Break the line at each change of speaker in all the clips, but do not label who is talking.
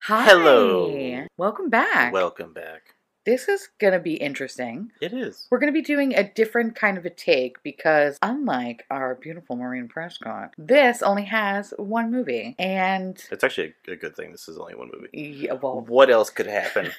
Hi.
Hello.
Welcome back.
Welcome back.
this is going to be interesting.
It is.
We're going to be doing a different kind of a take because, unlike our beautiful Maureen Prescott, this only has one movie. And,
It's actually a, a good thing. This is only one movie.
yeah, well,
What else could happen?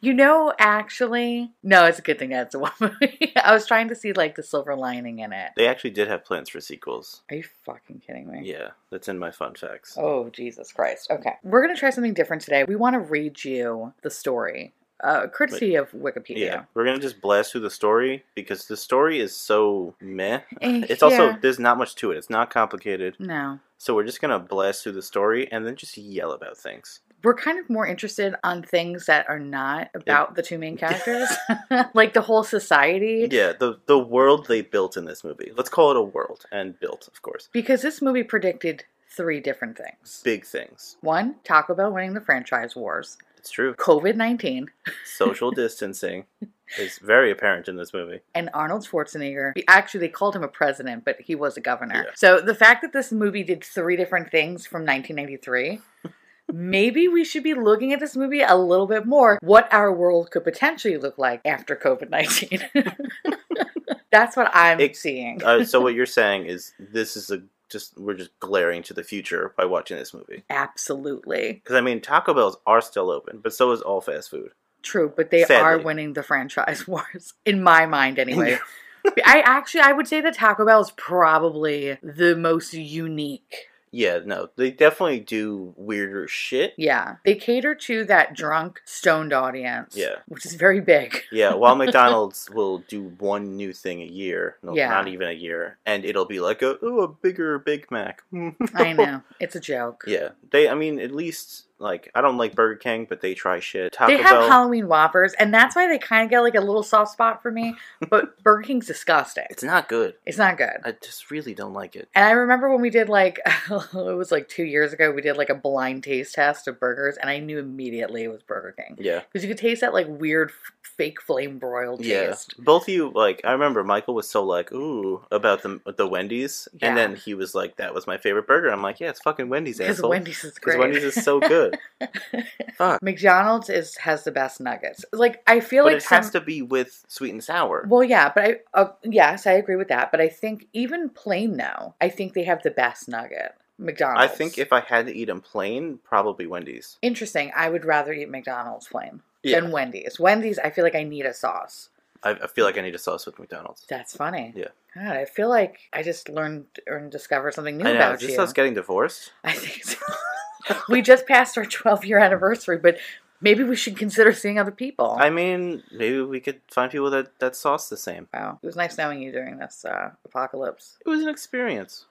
you know, actually, no, it's a good thing that's one movie. I was trying to see, like, the silver lining in it.
they actually did have plans for sequels.
Are you fucking kidding me?
Yeah, that's in my fun facts.
Oh, Jesus Christ. Okay. We're going to try something different today. We want to read you the story, uh, courtesy of Wikipedia.
Yeah, we're gonna just blast through the story because the story is so meh. It's also
Eh, Yeah.
there's not much to it. It's not complicated,
No.
so we're just gonna blast through the story and then just yell about things.
we're kind of more interested on things that are not about the two main characters, like the whole society.
Yeah, the the world they built in this movie. Let's call it a world and built, of course,
Because this movie predicted three different things
big things.
one, Taco Bell winning the franchise wars,
It's true.
COVID 19,
Social distancing is very apparent in this movie.
and Arnold Schwarzenegger. Actually, they called him a president, but he was a governor.
Yeah.
So the fact that this movie did three different things from 1993. Maybe we should be looking at this movie a little bit more. What our world could potentially look like after COVID 19. That's what I'm
It-
seeing.
uh, so what you're saying is this is a just we're just glaring to the future by watching this movie
Absolutely
because I mean Taco Bells are still open, but so is all fast food.
true, but they are
Sadly.
winning the franchise wars in my mind, anyway. I actually, I would say that Taco Bell is probably the most unique.
yeah, no, they definitely do weirder shit.
Yeah, they cater to that drunk, stoned audience.
Yeah.
which is very big.
Yeah, while McDonald's will do one new thing a year, no,
Yeah.
not even a year, and it'll be like a oh a bigger Big Mac.
I know it's a joke.
yeah, they. I mean, at least like I don't like Burger King, but they try shit. Taco
They have
Bell.
Halloween Whoppers, and that's why they kind of get like a little soft spot for me. But Burger King's disgusting.
it's not good.
It's not good.
I just really don't like it.
And I remember when we did like it was like two years ago, we did like a blind taste test of burgers, and I knew immediately it was Burger King
Yeah.
because you could taste that like weird f- fake flame broil taste.
Yeah, both of you like. I remember Michael was so like, "Ooh," about the the Wendy's,
Yeah.
and then he was like, "That was my favorite burger." I'm like, "Yeah, it's fucking Wendy's,
Because
asshole."
Wendy's is
Because
great.
Wendy's is so good,
McDonald's is has the best nuggets. Like I feel
but
like
it has
some-
to be with sweet and sour.
Well, yeah, but I uh, yes, I agree with that. But I think even plain though, I think they have the best nugget.
I
McDonald's.
think if I had to eat them plain, probably Wendy's.
interesting. I would rather eat McDonald's plain
Yeah,
than Wendy's. Wendy's, I feel like I need a sauce.
I, I feel like I need a sauce with McDonald's.
That's funny.
Yeah.
God, I feel like I just learned and discovered something new
I know.
about
Is this
you.
us getting divorced?
I think so. we just passed our 12 year anniversary, but maybe we should consider seeing other people.
I mean, maybe we could find people that that sauce the same.
wow. It was nice knowing you during this uh, apocalypse.
It was an experience.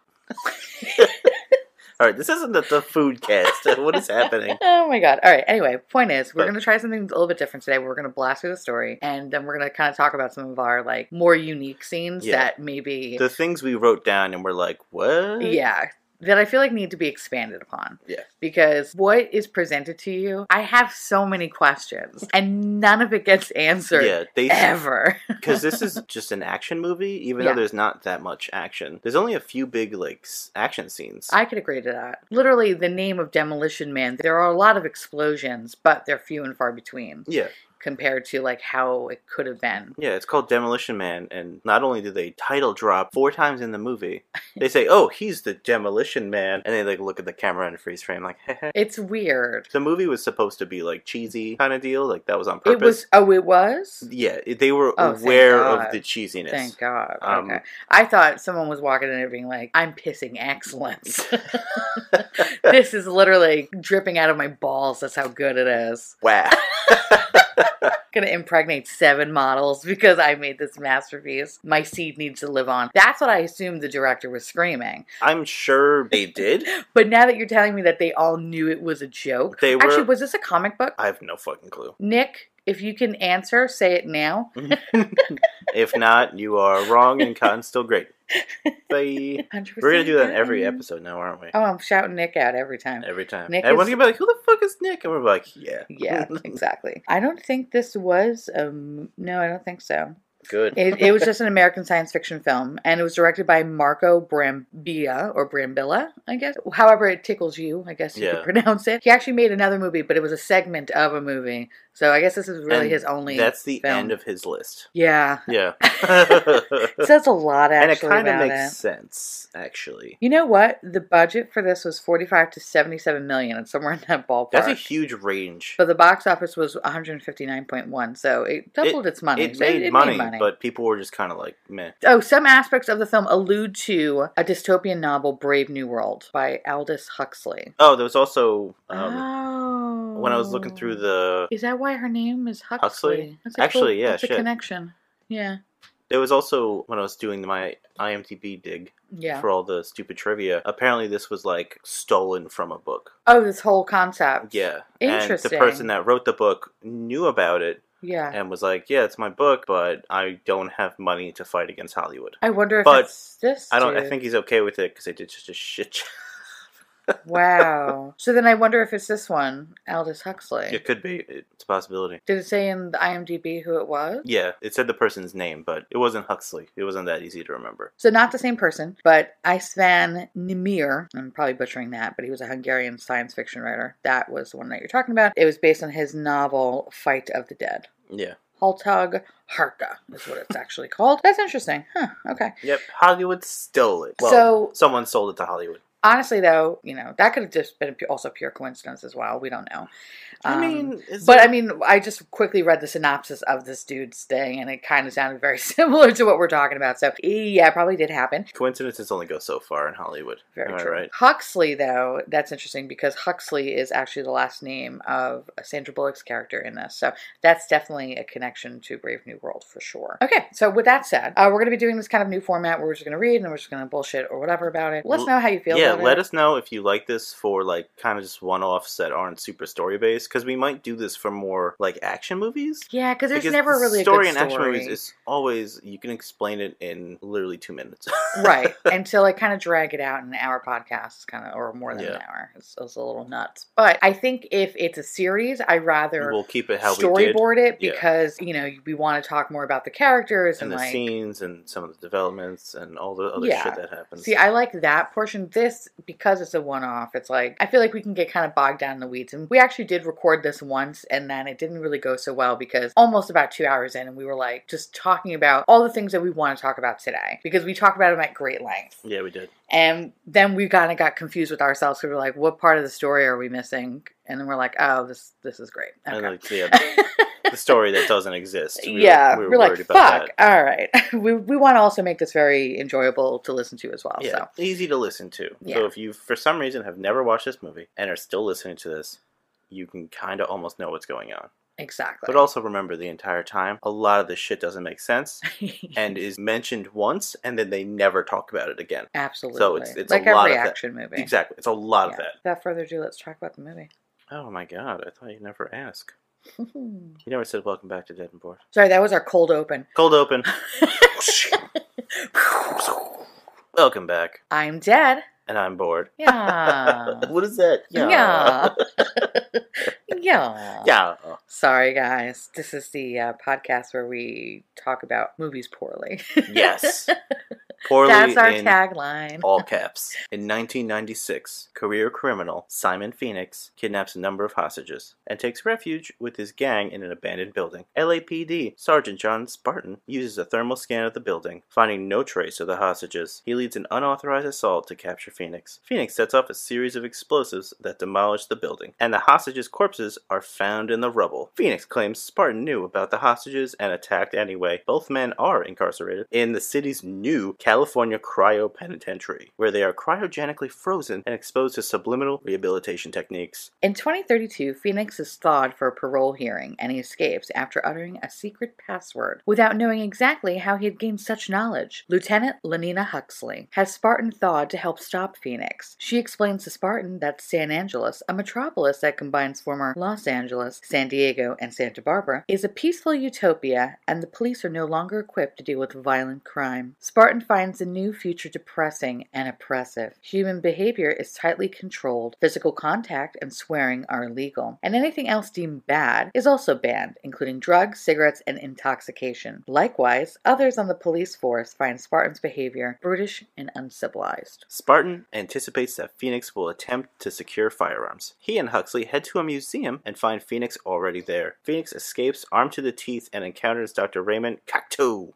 All right, this isn't the, the food cast. what is happening?
Oh my god. All right. Anyway, point is, we're
But-
going to try something a little bit different today. We're going to blast through the story and then we're going to kind of talk about some of our like more unique scenes
Yeah.
that maybe
the things we wrote down and we're like, what?
yeah that i feel like need to be expanded upon
Uh-huh. Yeah.
because what is presented to you i have so many questions and none of it gets answered
Yeah, they
ever
because this is just an action movie, even
Yeah.
though there's not that much action. There's only a few big like s- action scenes.
i could agree to that literally the name of demolition man there are a lot of explosions but they're few and far between
yeah,
compared to like how it could have been
yeah. It's called Demolition Man, and not only do they title drop four times in the movie, they say, "Oh, he's the Demolition Man," and they like look at the camera in a freeze frame, like.
it's weird
The movie was supposed to be like cheesy kind of deal, like that was on purpose.
it was oh it was
yeah, it- they were
Oh, thank
aware
God.
of the cheesiness.
Thank God.
Um,
okay. I thought someone was walking in and being like, I'm pissing excellence. this is literally dripping out of my balls. That's how good it is.
Wow.
Gonna impregnate seven models because I made this masterpiece. My seed needs to live on. That's what I assumed the director was screaming.
I'm sure they did.
But now that you're telling me that they all knew it was a joke,
They were-
actually, was this a comic book?
I have no fucking clue.
Nick, if you can answer, say it now.
If not, you are wrong and Cotton's still great. Bye.
100%.
We're gonna do that in every
done.
episode now, aren't we?
Oh, I'm shouting Nick out every time.
Every time.
Nick
Everyone's
is-
gonna be like, "Who the fuck is Nick?" And we're like, "Yeah,
Yeah, exactly. I don't think this was. Um, no, I don't think so.
Good.
It, it was just an American science fiction film, and it was directed by Marco Brambilla or Brambilla, I guess. However, it tickles you, I guess you
Yeah.
could pronounce it. He actually made another movie, but it was a segment of a movie. So I guess this is really
And
his only.
That's the
film.
end of his list.
yeah.
Yeah.
It says a lot
and it
actually
kind of
about
makes
it.
sense, actually.
You know what? The budget for this was forty-five to seventy-seven million, and somewhere in that ballpark.
That's a huge range.
but the box office was one hundred fifty-nine point one, so it doubled its money.
it made money, but people were just kind of like, meh.
Oh, some aspects of the film allude to a dystopian novel, Brave New World, by Aldous Huxley.
Oh, there was also um,
oh.
when I was looking through the
Is that why her name is Huxley?
Huxley?
That's a
Actually, yeah,
That's
shit.
a connection. Yeah.
there was also when I was doing my IMDb dig
Yeah.
for all the stupid trivia. Apparently, this was like stolen from a book.
Oh, this whole concept.
Yeah, and the
Interesting.
person that wrote the book knew about it
Yeah.
and was like, "Yeah, it's my book, but I don't have money to fight against Hollywood."
I wonder if
But
it's this.
I don't. I
dude.
think he's okay with it because they did just a shit. job.
Wow. so then I wonder if it's this one, Aldous Huxley.
It could be. It's a possibility.
Did it say in the IMDb who it was?
Yeah, it said the person's name, but it wasn't Huxley. It wasn't that easy to remember.
So not the same person, but Isvan Nimir. I'm probably butchering that, but he was a Hungarian science fiction writer. That was the one that you're talking about. It was based on his novel Fight of the Dead.
Yeah.
Haltag Harka is what it's actually called. That's interesting. Huh. Okay.
Yep. Hollywood stole it. Well,
So-
someone sold it to Hollywood.
Honestly, though, you know that could have just been pu- also pure coincidence as well. We don't know.
I
Um,
mean, is
But
it-
I mean, I just quickly read the synopsis of this dude's thing, and it kind of sounded very similar to what we're talking about. So, yeah, it probably did happen.
coincidences only go so far in Hollywood.
Very
Am I
true.
right?
Huxley, though, that's interesting because Huxley is actually the last name of Sandra Bullock's character in this. So that's definitely a connection to Brave New World for sure. Okay, so with that said, uh, we're going to be doing this kind of new format where we're just going to read and we're just going to bullshit or whatever about it. Let us
L-
know how you feel
Yeah,
about
let
it.
us know if you like this for like kind of just one offs that aren't super story based because we might do this for more like action movies.
Yeah, because there's
because
never
the
really
story
a good story.
in action movies is always you can explain it in literally two minutes.
right. And so like kind of drag it out in an hour podcast kind of or more than
Yeah.
an hour. It's, it's a little nuts. But I think if it's a series, I rather
we'll keep it how we did
storyboard it
Yeah.
because, you know, we want to talk more about the characters
and
and,
the
like
scenes and some of the developments and all the other
Yeah.
shit that happens.
See, I like that portion. This, because it's a one off, it's like, I feel like we can get kind of bogged down in the weeds. And we actually did record this once, and then it didn't really go so well because almost about two hours in, and we were like just talking about all the things that we want to talk about today because we talked about them at great length.
yeah, we did.
And then we kind of got confused with ourselves. 'cause We were like, what part of the story are we missing? And then we're like, oh, this this is great.
And
Okay.
like yeah, the story that doesn't exist. We were-
yeah,
we
we
were
are like,
worried about
fuck.
that.
All right, we we want to also make this very enjoyable to listen to as well.
Yeah,
So
easy to listen to.
Yeah.
So if you, for some reason, have never watched this movie and are still listening to this, you can kind of almost know what's going on.
exactly.
But also remember the entire time, a lot of this shit doesn't make sense and is mentioned once and then they never talk about it again.
Absolutely.
it's a
like
lot of that.
reaction movie.
Exactly. It's a lot of
Yeah.
that.
Without further ado, let's talk about the movie.
Oh my god, I thought you'd never ask. You never said welcome back to Dead and Bored.
Sorry, that was our cold open.
Cold open. welcome back.
I'm dead.
And I'm bored.
Yeah.
what is that?
Uh, Yeah. yeah.
Yeah.
Sorry, guys. This is the uh, podcast where we talk about movies poorly.
Yes. Poorly
That's our
in
tagline.
all caps. In 1996, career criminal Simon Phoenix kidnaps a number of hostages and takes refuge with his gang in an abandoned building. LAPD Sergeant John Spartan uses a thermal scan of the building, finding no trace of the hostages. He leads an unauthorized assault to capture Phoenix. Phoenix sets off a series of explosives that demolish the building, and the hostages' corpses are found in the rubble. Phoenix claims Spartan knew about the hostages and attacked anyway. Both men are incarcerated in the city's new California cryo penitentiary, where they are cryogenically frozen and exposed to subliminal rehabilitation techniques.
In 2032, Phoenix is thawed for a parole hearing and he escapes after uttering a secret password without knowing exactly how he had gained such knowledge. Lieutenant Lenina Huxley has Spartan thawed to help stop Phoenix. She explains to Spartan that San Angeles, a metropolis that combines former Los Angeles, San Diego, and Santa Barbara, is a peaceful utopia and the police are no longer equipped to deal with violent crime. Spartan finds finds the new future depressing and oppressive. Human behavior is tightly controlled, physical contact and swearing are illegal, and anything else deemed bad is also banned, including drugs, cigarettes, and intoxication. Likewise, others on the police force find Spartan's behavior brutish and uncivilized.
Spartan anticipates that Phoenix will attempt to secure firearms. He and Huxley head to a museum and find Phoenix already there. Phoenix escapes armed to the teeth and encounters Dr. Raymond Cocteau.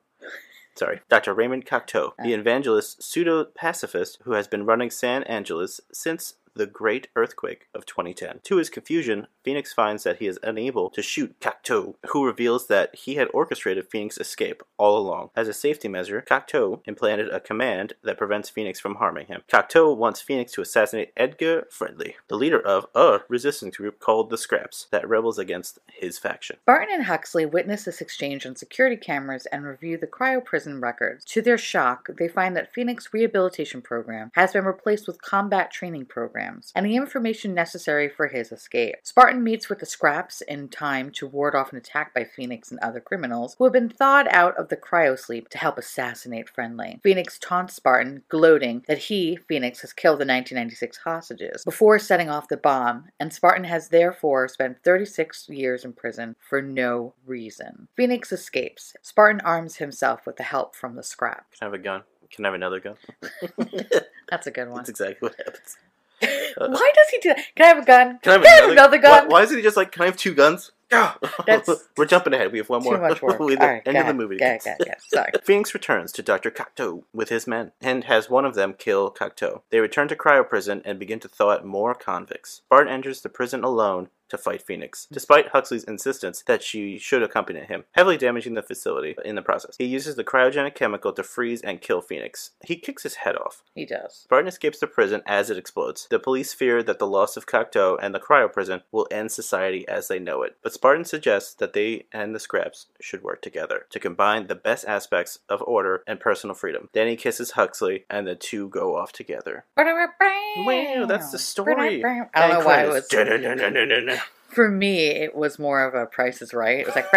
Sorry, Dr. Raymond Cocteau, the evangelist pseudo pacifist who has been running San Angeles since the great earthquake of 2010. To his confusion, Phoenix finds that he is unable to shoot Cocteau, who reveals that he had orchestrated Phoenix's escape all along. As a safety measure, Cocteau implanted a command that prevents Phoenix from harming him. Cocteau wants Phoenix to assassinate Edgar Friendly, the leader of a resistance group called the Scraps that rebels against his faction.
Barton and Huxley witness this exchange on security cameras and review the cryo prison records. To their shock, they find that Phoenix Rehabilitation Program has been replaced with combat training programs and the information necessary for his escape. Spartan meets with the scraps in time to ward off an attack by Phoenix and other criminals who have been thawed out of the cryo sleep to help assassinate Friendly. Phoenix taunts Spartan, gloating that he, Phoenix, has killed the 1996 hostages before setting off the bomb, and Spartan has therefore spent 36 years in prison for no reason. Phoenix escapes. Spartan arms himself with the help from the scrap.
Can I have a gun? Can I have another gun?
That's a good one.
That's exactly what happens. uh,
Why does he do that? Can I have a gun?
Can I have
Can I have
another,
another gun?
Why, why isn't he just like, can I have two guns? Yeah.
That's-
We're jumping ahead. We have one more.
Too much work.
We-
All right,
end
go
of the
ahead,
movie.
Go ahead, go ahead, go ahead. Sorry.
Phoenix returns to Dr. Cocteau with his men and has one of them kill Cocteau. They return to cryo prison and begin to thaw out more convicts. Bart enters the prison alone to fight Phoenix, despite Huxley's insistence that she should accompany him, heavily damaging the facility in the process. He uses the cryogenic chemical to freeze and kill Phoenix. He kicks his head off.
He does.
Spartan escapes the prison as it explodes. The police fear that the loss of Cocteau and the cryo prison will end society as they know it, but Spartan suggests that they and the scraps should work together to combine the best aspects of order and personal freedom. Then he kisses Huxley, and the two go off together. Wow, that's the story.
I don't know why it was.
was.
For me, it was more of a Price is Right. It was like,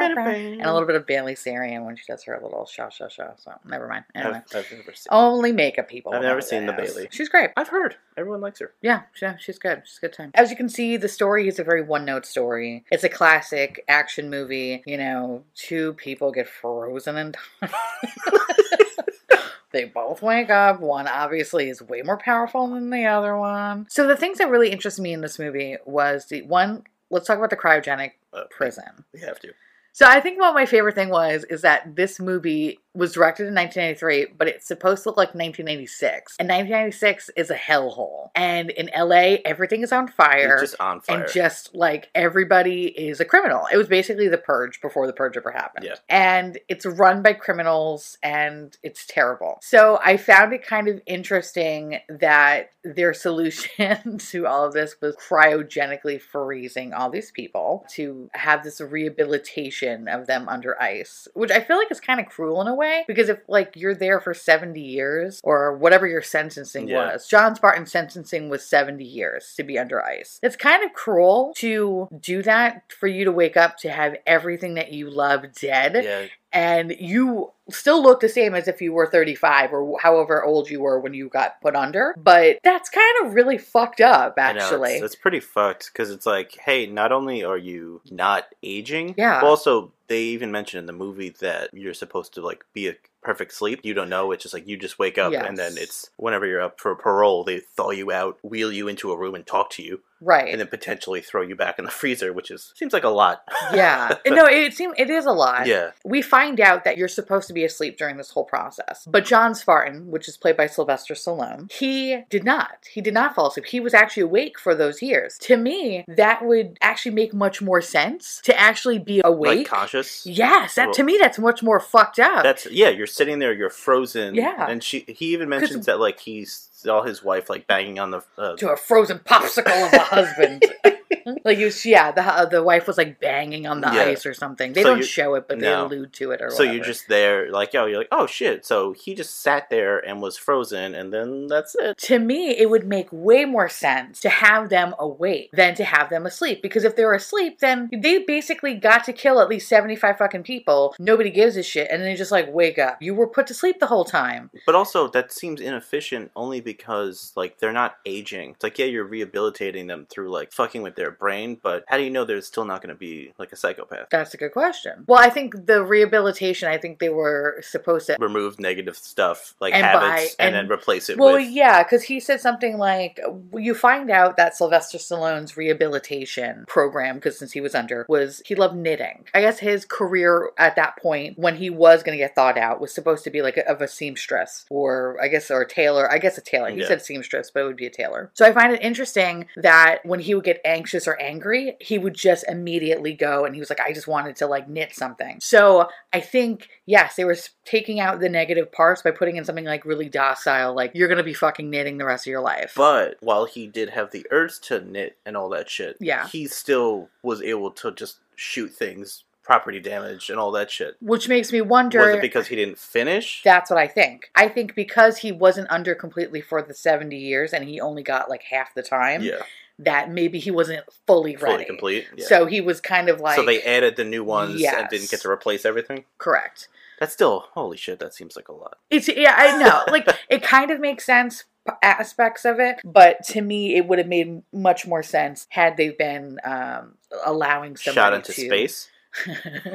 and a little bit of Bailey Sarian when she does her little shah shah shah. So never mind.
I've,
Anyway,
I've never seen.
only makeup people.
I've
will
never
know who
seen
that
the
is.
Bailey.
She's great.
I've heard everyone likes her.
Yeah, she, she's good. She's a good time. As you can see, the story is a very one note story. It's a classic action movie. You know, two people get frozen in time. They both wake up. One obviously is way more powerful than the other one. So the things that really interest me in this movie was the one. Let's talk about the cryogenic
Uh,
prison.
We have to.
So I think what my favorite thing was is that this movie was directed in 1993, but it's supposed to look like 1996. And 1996 is a hellhole. And in LA, everything is on fire.
It's just on fire.
And just like everybody is a criminal. It was basically the purge before the purge ever happened.
Yeah.
And it's run by criminals and it's terrible. So I found it kind of interesting that their solution to all of this was cryogenically freezing all these people to have this rehabilitation of them under ice, which I feel like is kind of cruel in a way because if like you're there for 70 years or whatever your sentencing
Yeah.
was, John Spartan's sentencing was 70 years to be under ice. It's kind of cruel to do that for you to wake up to have everything that you love dead
yeah,
and you still look the same as if you were 35 or however old you were when you got put under. But that's kind of really fucked up,
I know,
actually.
it's, it's pretty fucked because it's like, hey, not only are you not aging,
Yeah.
but also they even mention in the movie that you're supposed to like be a perfect sleep. You don't know. It's just like you just wake up and then
Yes.
it's whenever you're up for parole, they thaw you out, wheel you into a room and talk to you,
right.
and then potentially throw you back in the freezer, which is seems like a lot.
yeah. No, it seems it is a lot.
yeah,
We find out that you're supposed to be asleep during this whole process. But John Spartan, which is played by Sylvester Stallone, he did not. He did not fall asleep. He was actually awake for those years. To me, that would actually make much more sense to actually be
like
awake.
conscious.
yes, that to me that's much more fucked up.
That's yeah. You're sitting there. You're frozen.
Yeah.
and she he even mentions that like he saw his wife like banging on the uh,
to a frozen popsicle of a husband. Like, you, yeah, the uh, the wife was like banging on the
Yeah.
ice or something. They
So
don't
you-
show it, but
no.
they allude to it or
So
whatever.
you're just there, like, yo, you're like, oh shit. So he just sat there and was frozen, and then that's it.
To me, it would make way more sense to have them awake than to have them asleep. Because if they're asleep, then they basically got to kill at least 75 fucking people. Nobody gives a shit. And then they just like, wake up. You were put to sleep the whole time.
But also, that seems inefficient only because, like, they're not aging. It's like, yeah, you're rehabilitating them through, like, fucking with their brain, but how do you know they're still not going to be, like, a psychopath?
That's a good question. Well, I think the rehabilitation, I think they were supposed to
Remove negative stuff, like
And
habits,
by-
and,
and-
then replace it
Well,
with.
yeah, because he said something like, you find out that Sylvester Stallone's rehabilitation program, because since he was under, was he loved knitting. I guess his career at that point, when he was going to get thawed out, was supposed to be like a, of a seamstress or I guess, or a tailor. I guess a tailor. He
Yeah.
said seamstress, but it would be a tailor. So I find it interesting that when he would get anxious or angry, he would just immediately go and he was like, I just wanted to like knit something. So I think, yes, they were s- taking out the negative parts by putting in something like really docile, like you're going to be fucking knitting the rest of your life.
But while he did have the urge to knit and all that shit,
Yeah.
he still was able to just shoot things, property damage, and all that shit.
Which makes me wonder.
Was it because he didn't finish?
That's what I think. I think because he wasn't under completely for the 70 years and he only got like half the time,
yeah,
that maybe he wasn't fully
fully
ready.
complete. Yeah.
So he was kind of like.
so they added the new ones and didn't
Yes.
get to replace everything.
Correct.
That's still holy shit. That seems like a lot.
It's yeah, I know. Like it kind of makes sense p- aspects of it, but to me, it would have made much more sense had they been um, allowing somebody
Shot into
to,
space.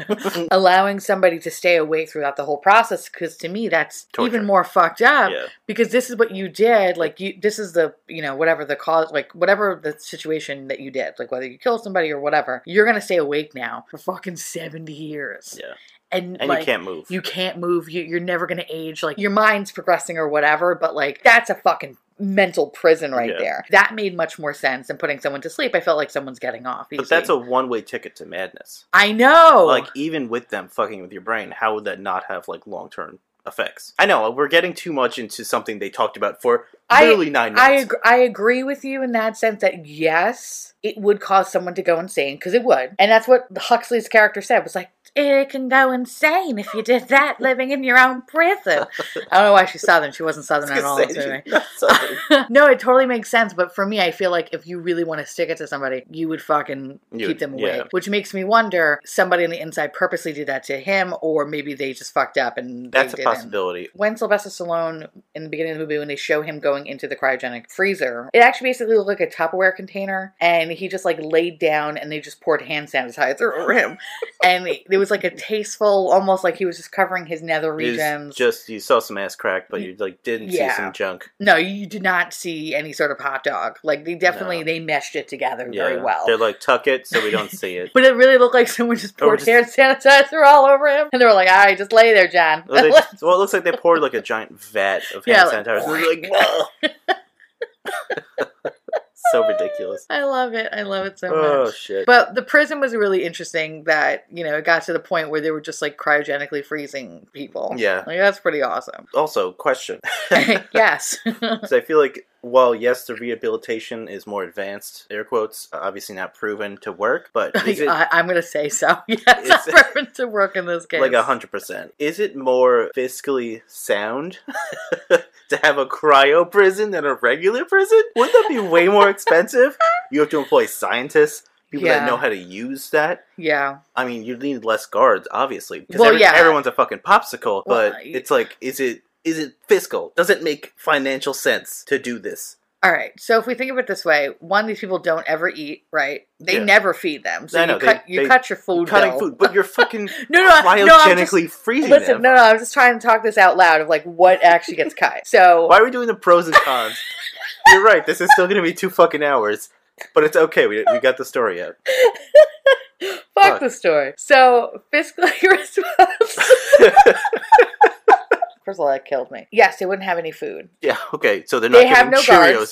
allowing somebody to stay awake throughout the whole process. Because to me, that's
Torture.
even more fucked up.
yeah,
Because this is what you did. Like you, this is the you know whatever the cause, like whatever the situation that you did, like whether you killed somebody or whatever, you're gonna stay awake now for fucking seventy years.
yeah,
And
and you
like,
can't move.
you can't move you, you're never going to age like your mind's progressing or whatever but like that's a fucking mental prison right
Yeah.
there that made much more sense than putting someone to sleep i felt like someone's getting off
but that's
easy.
a one-way ticket to madness.
i know
Like even with them fucking with your brain, how would that not have like long-term effects? I know we're getting too much into something they talked about for
I-
literally nine minutes.
I agree, I agree with you in that sense that yes, it would cause someone to go insane because it would, and that's what Huxley's character said was like, "It can go insane if you did that living in your own prison." I don't know why she's southern; she wasn't southern at all. so anyway. no, it totally makes sense. But for me, I feel like if you really want to stick it to somebody, you would fucking
You
keep
would-
them awake.
yeah.
Which makes me wonder somebody on the inside purposely did that to him, or maybe they just fucked up and they
That's a
didn't.
possibility.
When Sylvester Stallone in the beginning of the movie, when they show him going into the cryogenic freezer, it actually basically looked like a Tupperware container, and he just like laid down and they just poured hand sanitizer over him, and it it was like a tasteful, almost like he was just covering his nether
It's
regions.
Just you saw some ass crack, but you like didn't
Mm. Yeah.
see some junk.
No, you did not see any sort of hot dog. Like they definitely
No.
they meshed it together very well.
They're like tuck it so we don't see it.
but it really looked like someone just
Or
poured
just-
hand sanitizer all over him, and they were like, "All right, just lay there, John."
Well, they- well, it looks like they poured like a giant vat of
Yeah,
hand
like-
sanitizer. and they're like, so ridiculous.
I love it. I love it so
Oh
much.
shit!
But the prison was really interesting. That you know, it got to the point where they were just like cryogenically freezing people.
Yeah.
like that's pretty awesome.
also, question.
yes.
Because I feel like, while yes, the rehabilitation is more advanced, air quotes, obviously not proven to work, but is it
I, I'm gonna say so. Yes,
Is
I'm
it-
preference to work in this case.
like a hundred percent? Is it more fiscally sound to have a cryo prison than a regular prison? Wouldn't that be way more expensive? You have to employ scientists, people
Yeah.
that know how to use that.
Yeah.
I mean, you need less guards, obviously, because
Well,
every-
yeah.
everyone's a fucking popsicle.
Well,
But
I-
it's like, is it is it fiscal? Does it make financial sense to do this?
All right. So if we think of it this way, one, these people don't ever eat, right? They
Yeah.
never feed them. So
I
you
know,
cut
they-
you
they-
cut your food.
Cutting
bill.
food, but you're fucking
No, no, I- no. I'm just,
cryogenically freezing
listen,
them.
no, no. I'm just trying to talk this out loud of like what actually gets cut. So
Why are we doing the pros and cons? you're right. This is still going to be two fucking hours, but it's okay. We we got the story out.
fuck,
fuck.
the story. So fiscally responsible. First of all, that killed me. Yes, they wouldn't have any food.
Yeah, okay. So they're not
They
giving
have no
Cheerios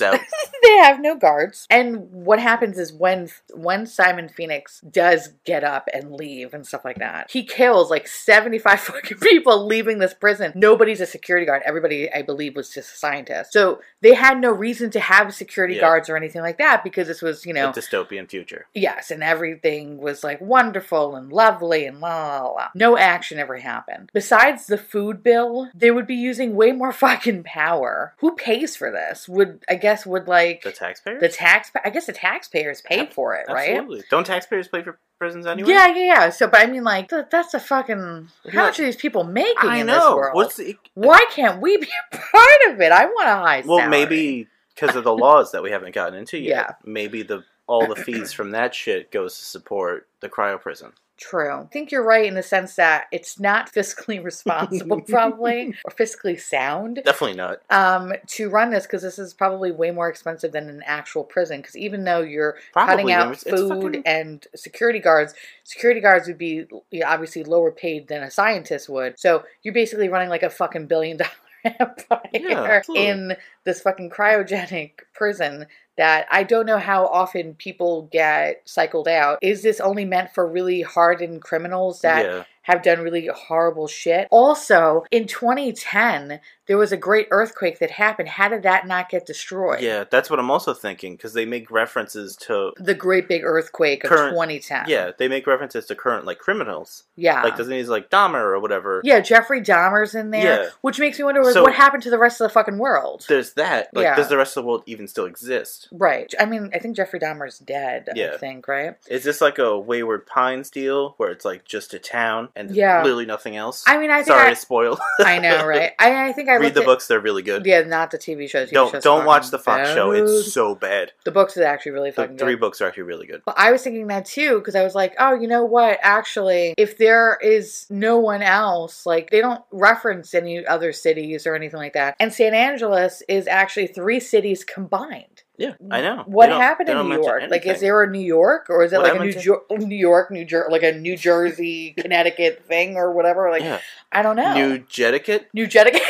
guards.
out.
they have no guards. And what happens is when when Simon Phoenix does get up and leave and stuff like that, he kills like 75 fucking people leaving this prison. Nobody's a security guard. Everybody, I believe, was just a scientist. So they had no reason to have security
Yeah.
guards or anything like that because this was, you know,
A dystopian future.
Yes, and everything was like wonderful and lovely and la la la. No action ever happened. Besides the food bill, they would be using way more fucking power. Who pays for this? Would I guess would like
The taxpayers?
the tax? I guess the taxpayers pay
Ab-
for it, right?
Absolutely. Don't taxpayers pay for prisons anyway?
Yeah, yeah, yeah. So, but I mean, like, th- that's a fucking. How
Yeah.
much are these people making
I
in
know.
this world?
What's the,
Why can't we be a part of it? I want a high.
well,
salary.
maybe because of the laws that we haven't gotten into yet.
Yeah.
Maybe the all the fees from that shit goes to support the cryo prison.
True. I think you're right in the sense that it's not fiscally responsible, probably, or fiscally sound
Definitely not.
um, to run this because this is probably way more expensive than an actual prison. Because even though you're
Probably
cutting out
it's- it's
food
fucking-
and security guards, security guards would be you know, obviously lower paid than a scientist would. So you're basically running like a fucking billion dollar empire
absolutely.
in this fucking cryogenic prison. That I don't know how often people get cycled out. Is this only meant for really hardened criminals that
yeah.
have done really horrible shit. Also, in 2010, there was a great earthquake that happened. How did that not get destroyed?
Yeah, that's what I'm also thinking because they make references to
The great big earthquake of
Current-
2010.
yeah they make references to current like criminals
Yeah.
like doesn't he's like Dahmer or whatever.
Uh-huh. yeah, Jeffrey Dahmer's in there,
Yeah.
which makes me wonder like,
So-
what happened to the rest of the fucking world?
There's that. Like,
Yeah.
does the rest of the world even still exist?
right. I mean, I think Jeffrey Dahmer's dead, I
Yeah.
think, right?
Is this like a Wayward Pines deal where it's like just a town and
Yeah.
literally nothing else?
I mean, I think
Sorry
I,
to spoil.
I know, right? I, I think I
Read
looked
the
at-
books; they're really good.
Yeah, not the TV show. The TV
don't
show's
don't watch the
fucking
Fox show;
bad.
it's so bad.
the books is actually really
The
fucking good.
three books are actually really good.
But I was thinking that too, because I was like, oh, you know what? Actually, if there is no one else, like they don't reference any other cities or anything like that. And San Angeles is actually three cities combined.
Yeah, I know.
What
They don't-
happened
they
in
don't
New
mention
York? Like, is
anything.
there a New York or is it
What
like a New,
happened
jo- New York, New Jersey, like a New Jersey, Connecticut thing or whatever? Like,
yeah.
I don't know.
New Jetiquette
New Jetiquette.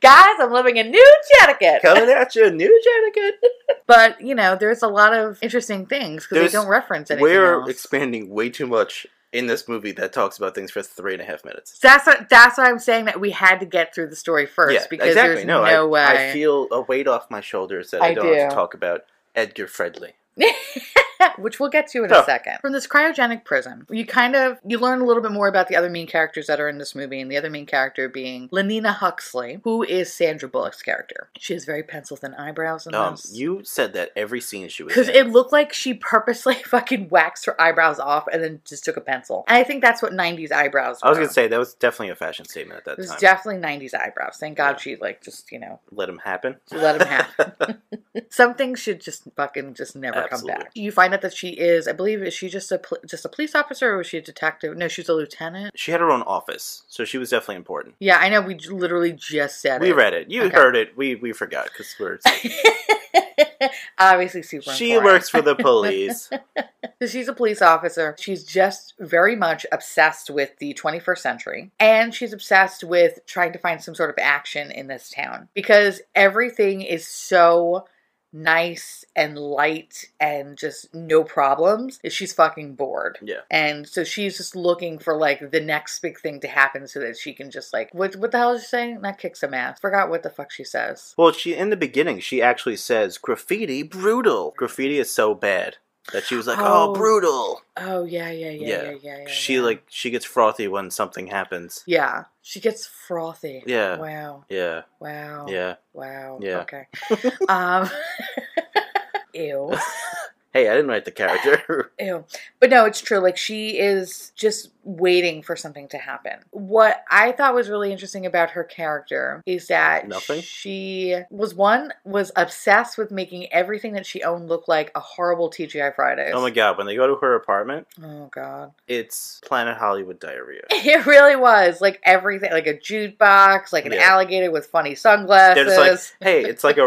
Guys, I'm living in New Jetiquette.
coming at you. New Jetiquette.
But, you know, there's a lot of interesting things because
There's-
they don't reference anything.
We're
else.
expanding way too much in this movie that talks about things for three and a half minutes.
So that's what, that's why I'm saying that we had to get through the story first because there's no,
I,
way.
I feel a weight off my shoulders that I,
I
don't have
do.
to talk about Edgar Fredley.
which we'll get to in
No.
a second. From this cryogenic prison, you kind of you learn a little bit more about the other main characters that are in this movie, and the other main character being Lenina Huxley, who is Sandra Bullock's character. She has very pencil thin eyebrows in
Um,
this.
you said that every scene she was
because
in.
it looked like she purposely fucking waxed her eyebrows off and then just took a pencil. And I think that's what 90s eyebrows were.
I was gonna say that was definitely a fashion statement at that
It was
time.
definitely 90s eyebrows. Thank God
Yeah.
she, like, just, you know,
Let him happen.
let him have. it. Some things should just fucking just never
Absolutely.
come back. You find out that she is, I believe, is she just a pol- just a police officer or was she a detective? No, she's a lieutenant.
She had her own office, so she was definitely important.
Yeah, I know. We j- literally just said
We
it.
read it. You
Okay.
heard it. We we forgot because we're.
Obviously, super.
she
important.
works for the police.
So She's a police officer. She's just very much obsessed with the 21st century. And she's obsessed with trying to find some sort of action in this town because everything is so nice and light and just no problems. She's fucking bored.
Yeah.
And so she's just looking for like the next big thing to happen so that she can just like, what, what the hell is she saying? Not kick some ass. Forgot what the fuck she says.
Well, she in the beginning she actually says graffiti brutal. Graffiti is so bad that she was like, oh,
Oh.
brutal.
Oh, yeah, yeah, yeah, yeah,
Yeah.
yeah, yeah. yeah
she like she gets frothy when something happens.
Yeah. She gets frothy.
Yeah.
Wow. Oh.
Yeah,
Wow.
yeah.
Wow.
Yeah.
Okay. um. ew.
Hey, I didn't write the character.
Ew. But no, it's true. Like she is just waiting for something to happen. What I thought was really interesting about her character is that
Nothing?
she was one was obsessed with making everything that she owned look like a horrible TGI Fridays.
oh my god, when they go to her apartment,
Oh god.
it's Planet Hollywood diarrhea.
It really was like everything, like a jute box, like an
Yeah.
alligator with funny sunglasses,
They're just like, hey, it's like a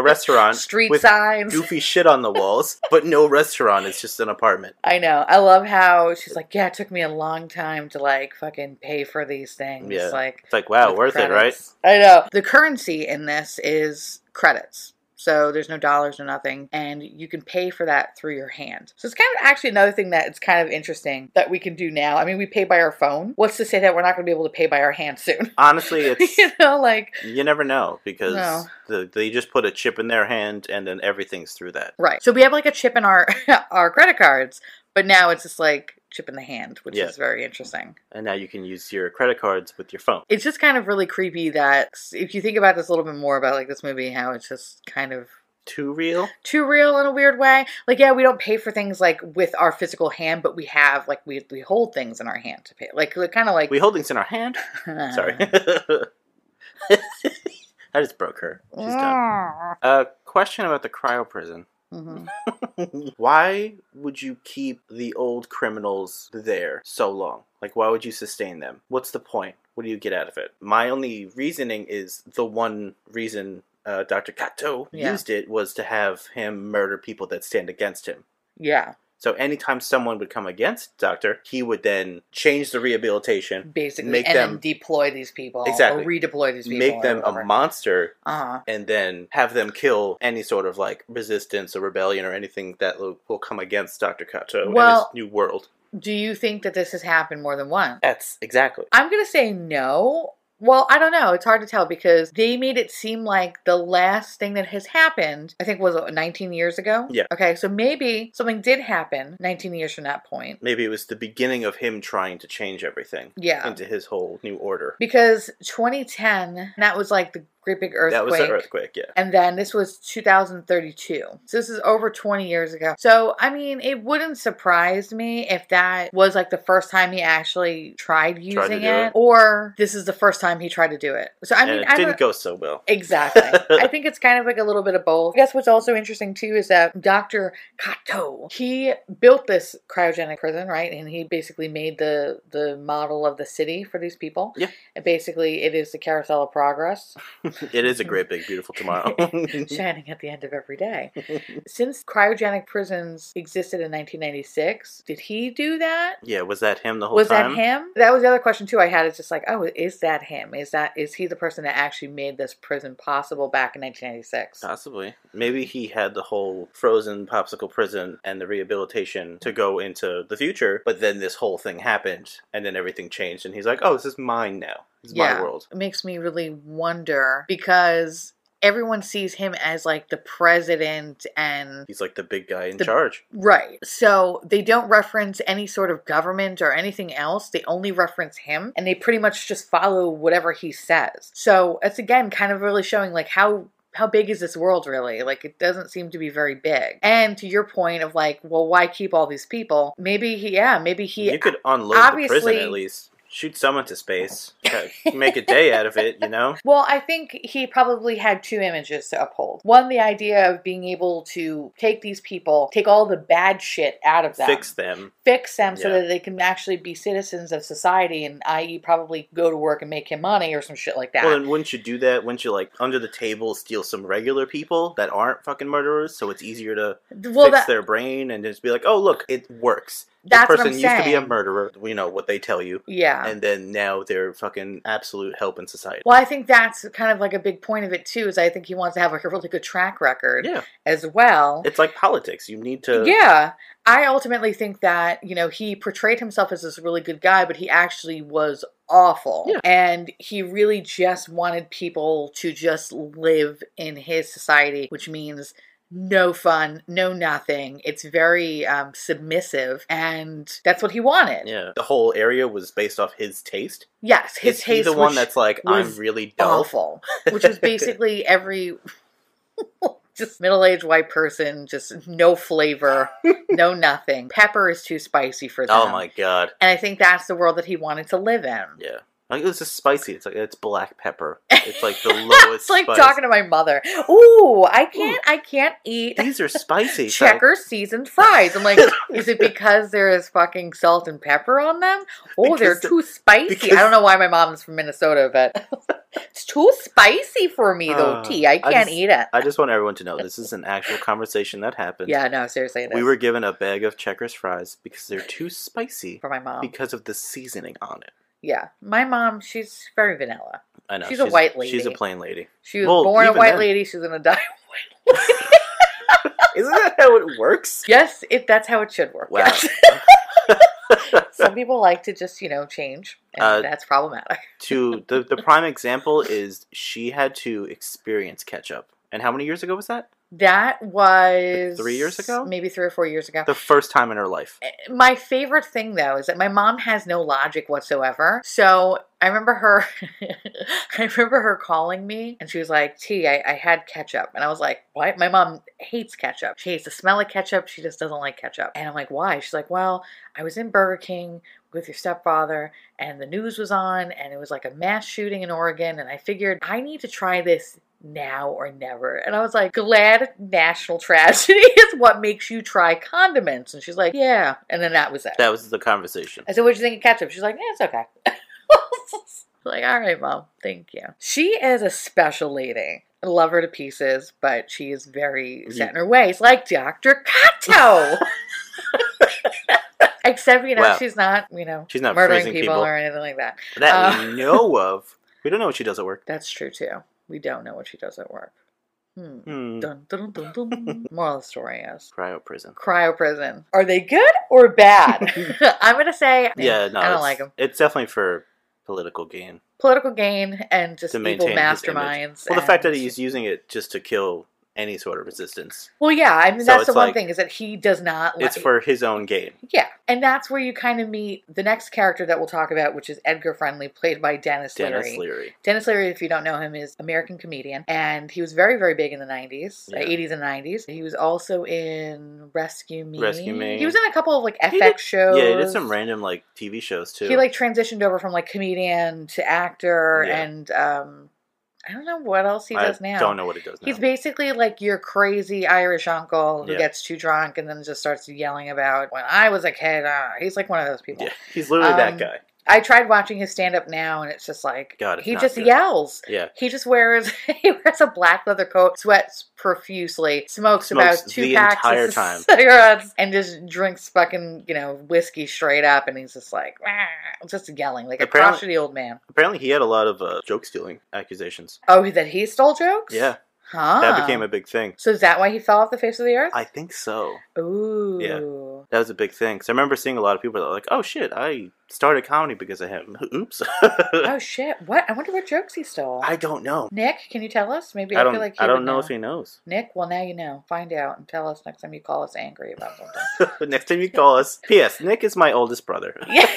restaurant
street
with
signs.
goofy shit on the walls, but no restaurant. It's just an apartment.
I know. I love how she's like, yeah, it took me a long time to like fucking pay for these things.
Yeah.
Like
It's like, wow,
with
worth it, right?
credits. I know. The currency in this is credits. So there's no dollars or nothing, and you can pay for that through your hand. So it's kind of actually another thing that it's kind of interesting that we can do now. I mean, we pay by our phone. What's to say that we're not going to be able to pay by our hand soon?
Honestly, it's
you know, like
you never know because
No.
the, they just put a chip in their hand and then everything's through that.
right. So we have like a chip in our our credit cards, but now it's just like chip in the hand, which
Yeah.
is very interesting.
And now you can use your credit cards with your phone.
it's just kind of really creepy that if you think about this a little bit more about like this movie how it's just kind of
Too real?
too real in a weird way like yeah we don't pay for things like with our physical hand but we have like we, we hold things in our hand to pay like kind of like
We hold things in our hand.
Uh.
Sorry. I just broke her. She's
Mm.
done. A question about the cryo prison.
Mhm.
why would you keep the old criminals there so long? Like, why would you sustain them? What's the point? What do you get out of it? My only reasoning is the one reason uh, Dr. Kato
Yeah.
used it was to have him murder people that stand against him.
yeah
So anytime someone would come against Doctor, he would then change the rehabilitation,
basically
Make
and
them-
then deploy these people
Exactly.
or redeploy these people
make
or
them a
whatever.
monster,
uh-huh
and then have them kill any sort of like resistance or rebellion or anything that will, will come against Dr. Kato
Well-
in his new world.
do you think that this has happened more than once
That's exactly.
I'm going to say no. Well, I don't know. It's hard to tell because they made it seem like the last thing that has happened, I think, was 19 years ago.
Yeah.
Okay, so maybe something did happen 19 years from that point.
Maybe it was the beginning of him trying to change everything
Yeah.
into his whole new order.
Because 2010, that was like the great big earthquake.
That was an earthquake, yeah.
And then this was 2032. So this is over 20 years ago. So, I mean, it wouldn't surprise me if that was like the first time he actually tried using
to do
it,
it.
or this is the first time he tried to do it. So, I mean,
and it
I
didn't
don't,
go so well.
Exactly. I think it's kind of like a little bit of both. I guess what's also interesting too is that Dr. Kato, he built this cryogenic prison, right? And he basically made the the model of the city for these people.
Yeah.
And basically it is the carousel of progress
it is a great big beautiful tomorrow.
shining at the end of every day. Since cryogenic prisons existed in 1996, did he do that?
yeah, was that him the whole
was
time?
that him? That was the other question too I had. It's just like, oh, is that him? Is that is he the person that actually made this prison possible back in 1996?
Possibly. Maybe he had the whole frozen popsicle prison and the rehabilitation to go into the future, but then this whole thing happened and then everything changed and he's like, "Oh, this is mine now. This is my
Yeah.
world."
It makes me really wonder because everyone sees him as like the president and
He's like the big guy in
The-
charge.
right. So they don't reference any sort of government or anything else. They only reference him and they pretty much just follow whatever he says. So it's again kind of really showing like how how big is this world really? Like it doesn't seem to be very big. And to your point of like, well, why keep all these people? Maybe he yeah, maybe he
you could unload the prison
obviously-
at least. Shoot someone to space. Okay, Make a day out of it, you know?
Well, I think he probably had two images to uphold. One, the idea of being able to take these people, take all the bad shit out of them,
Fix them.
fix them so
Yeah.
that they can actually be citizens of society and, i.e., probably go to work and make him money or some shit like that.
Well, and wouldn't you do that? Wouldn't you, like, under the table steal some regular people that aren't fucking murderers so it's easier to
Well,
fix
that-
their brain and just be like, oh, look, it works.
that's
this
what
person
I'm
used to be a
saying.
murderer, you know, what they tell you,
Yeah.
and then now they're fucking absolute help in society.
well, I think that's kind of like a big point of it too. Is I think he wants to have like a really good track record
Yeah.
as well.
It's like politics. You need to.
Yeah. I ultimately think that, you know, he portrayed himself as this really good guy, but he actually was awful.
Yeah.
And he really just wanted people to just live in his society, which means no fun, no nothing. It's very um, submissive. And that's what he wanted.
Yeah. The whole area was based off his taste.
Yes. His
Is he
taste
the one
was
that's like, I'm
was
really dull.
awful, which was basically every. Just middle aged white person, just no flavor, no nothing. Pepper is too spicy for them.
Oh my god.
And I think that's the world that he wanted to live in.
Yeah. Like, it's just spicy. It's like it's black pepper. It's like the lowest.
It's like
spice.
talking to my mother. Ooh, I can't I can't eat
These are spicy. It's like,
checker seasoned fries. I'm like, is it because there is fucking salt and pepper on them? Oh, they're
Because-
too spicy.
because-
I don't know why my mom's from Minnesota, but It's too spicy for me, though,
Uh,
T. I can't
just-
eat it.
I just want everyone to know this is an actual conversation that happened.
yeah, no, seriously. It
We
is.
were given a bag of checkers fries because they're too spicy
for my mom.
because of the seasoning on it.
yeah. My mom, she's very vanilla.
I know.
She's a white
She's a
lady.
plain lady.
She was
Well,
born a
even
white
then-
lady. She's going to die.
Isn't that how it works?
Yes, it, that's how it should work.
Wow.
Yes. Some people like to just, you know, change, and
Uh,
that's problematic.
to the, the prime example is she had to experience ketchup. And how many years ago was that?
That was
three years ago?
maybe three or four years ago.
The first time in her life.
my favorite thing though is that my mom has no logic whatsoever. So I remember her, I remember her calling me, and she was like, "T, I, I had ketchup," and I was like, "What?" My mom hates ketchup. She hates the smell of ketchup. She just doesn't like ketchup. And I'm like, "Why?" She's like, "Well, I was in Burger King." With your stepfather, and the news was on, and it was like a mass shooting in Oregon. And I figured I need to try this now or never. And I was like, glad national tragedy is what makes you try condiments. And she's like, yeah. And then that was it.
That was the conversation.
I said, what'd you think of ketchup? She's like, yeah, it's okay. like, all right, mom, thank you. She is a special lady. I love her to pieces, but she is very set in her ways, like Dr. Kato. Except, you know,
Wow.
she's not, you know,
She's not
murdering
freezing
people,
people.
or anything like that.
That
Uh.
we know of. We don't know what she does at work.
That's true, too. We don't know what she does at work. Hmm.
Hmm.
Dun, dun, dun, dun. Moral of the story is
Cryo prison.
cryo prison. Are they good or bad? I'm gonna say
Yeah, no.
I don't
it's-
like them.
It's definitely for political gain.
Political gain and just
To
evil
maintain his image.
masterminds.
Well, the fact that
and-
he's using it just to kill any sort of resistance.
well, yeah, I mean
So
that's the
it's
one
like-
thing is that he does not.
It's
like-
for his own gain.
yeah, and that's where you kind of meet the next character that we'll talk about, which is Edgar Friendly, played by Dennis,
Dennis
Leary.
Leary.
Dennis Leary, if you don't know him, is American comedian, and he was very, very big in the '90s, uh,
Yeah.
'80s and '90s. He was also in Rescue Me.
Rescue Me.
He was in a couple of like FX
He did-
shows.
Yeah, he did some random like TV shows too.
He like transitioned over from like comedian to actor,
Yeah.
and um, I don't know what else he
I
does now.
Don't know what he does now.
He's basically like your crazy Irish uncle who
Yeah.
gets too drunk and then just starts yelling about when I was a kid. Uh, he's like one of those people.
yeah, he's literally
Um,
that guy.
I tried watching his stand up now, and it's just like
God, it's
he
not
just
good.
yells.
Yeah.
He just wears he wears a black leather coat, sweats profusely, smokes,
Smokes
about two
the
packs
entire
of
time.
cigarettes, and just drinks fucking you know whiskey straight up. And he's just like "Wah," just yelling like
Apparently-
a crotchety old man.
Apparently, he had a lot of uh, joke stealing accusations.
Oh, that he stole jokes?
Yeah,
huh?
that became a big thing.
So is that why he fell off the face of the earth?
I think so.
Ooh,
That was a big thing. 'Cause I remember seeing a lot of people that were like, "Oh shit, I started comedy because of him." Oops.
oh shit! What? I wonder what jokes he stole.
I don't know.
Nick, can you tell us? Maybe I,
I don't.
feel like he
I don't
would
know, if he knows.
Nick, well now you know. Find out and tell us next time you call us angry about something.
But Next time you call us. P.S. Nick is my oldest brother.
Yeah.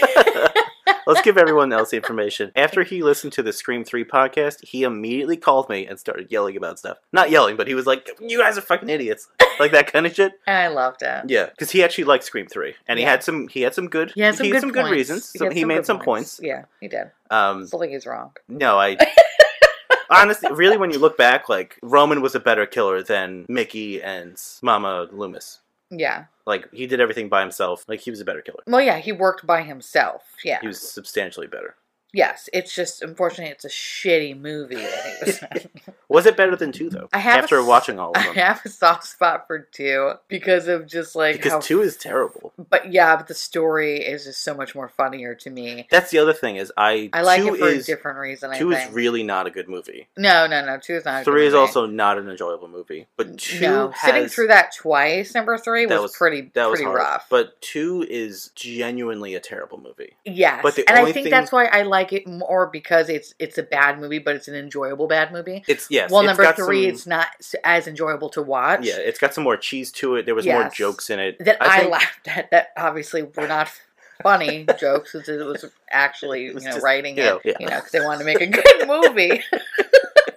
Let's give everyone else the information. After he listened to the Scream 3 podcast, he immediately called me and started yelling about stuff. Not yelling, but he was like, You guys are fucking idiots. Like that kind of shit.
And I loved it.
Yeah. Because he actually liked Scream 3. And he
Yeah.
had some he had some good
He had some,
he
good,
had some good
points.
reasons. So
had
he made
good
some points.
Yeah, he did.
Um
Still think he's wrong.
no, I Honestly, really when you look back, like Roman was a better killer than Mickey and Mama Loomis.
Yeah.
Like he did everything by himself. Like he was a better killer.
Well, yeah, he worked by himself. Yeah.
He was substantially better.
yes, it's just unfortunately it's a shitty movie. That he was in.
Was it better than two though?
I have a
after
s-
watching all
I
of them.
have a soft spot for two because of just like
because
how.
two is terrible.
but yeah, but the story is just so much more funnier to me.
That's the other thing is I.
I like
two
it for
is,
a different reason. I
Two
think.
is really not a good movie.
no, no, no. Two is not. a good
Three is
movie.
also not an enjoyable movie. But two
no.
has,
Sitting through that twice, number three
That
was,
was-
pretty
that was
pretty
hard.
rough.
But two is genuinely a terrible movie.
Yes,
But the
and I
only
think
thing-
that's why I like it more because it's it's a bad movie, but it's an enjoyable bad movie.
It's yes.
well,
it's
number
got
three,
some-
it's not s- as enjoyable to watch.
yeah, it's got some more cheese to it. There was more
Yes.
jokes in it.
that I,
think
laughed at. That obviously were not funny jokes because it was actually
It was
you know
just,
writing
you know,
it,
yeah.
you know, because they wanted to make a good movie.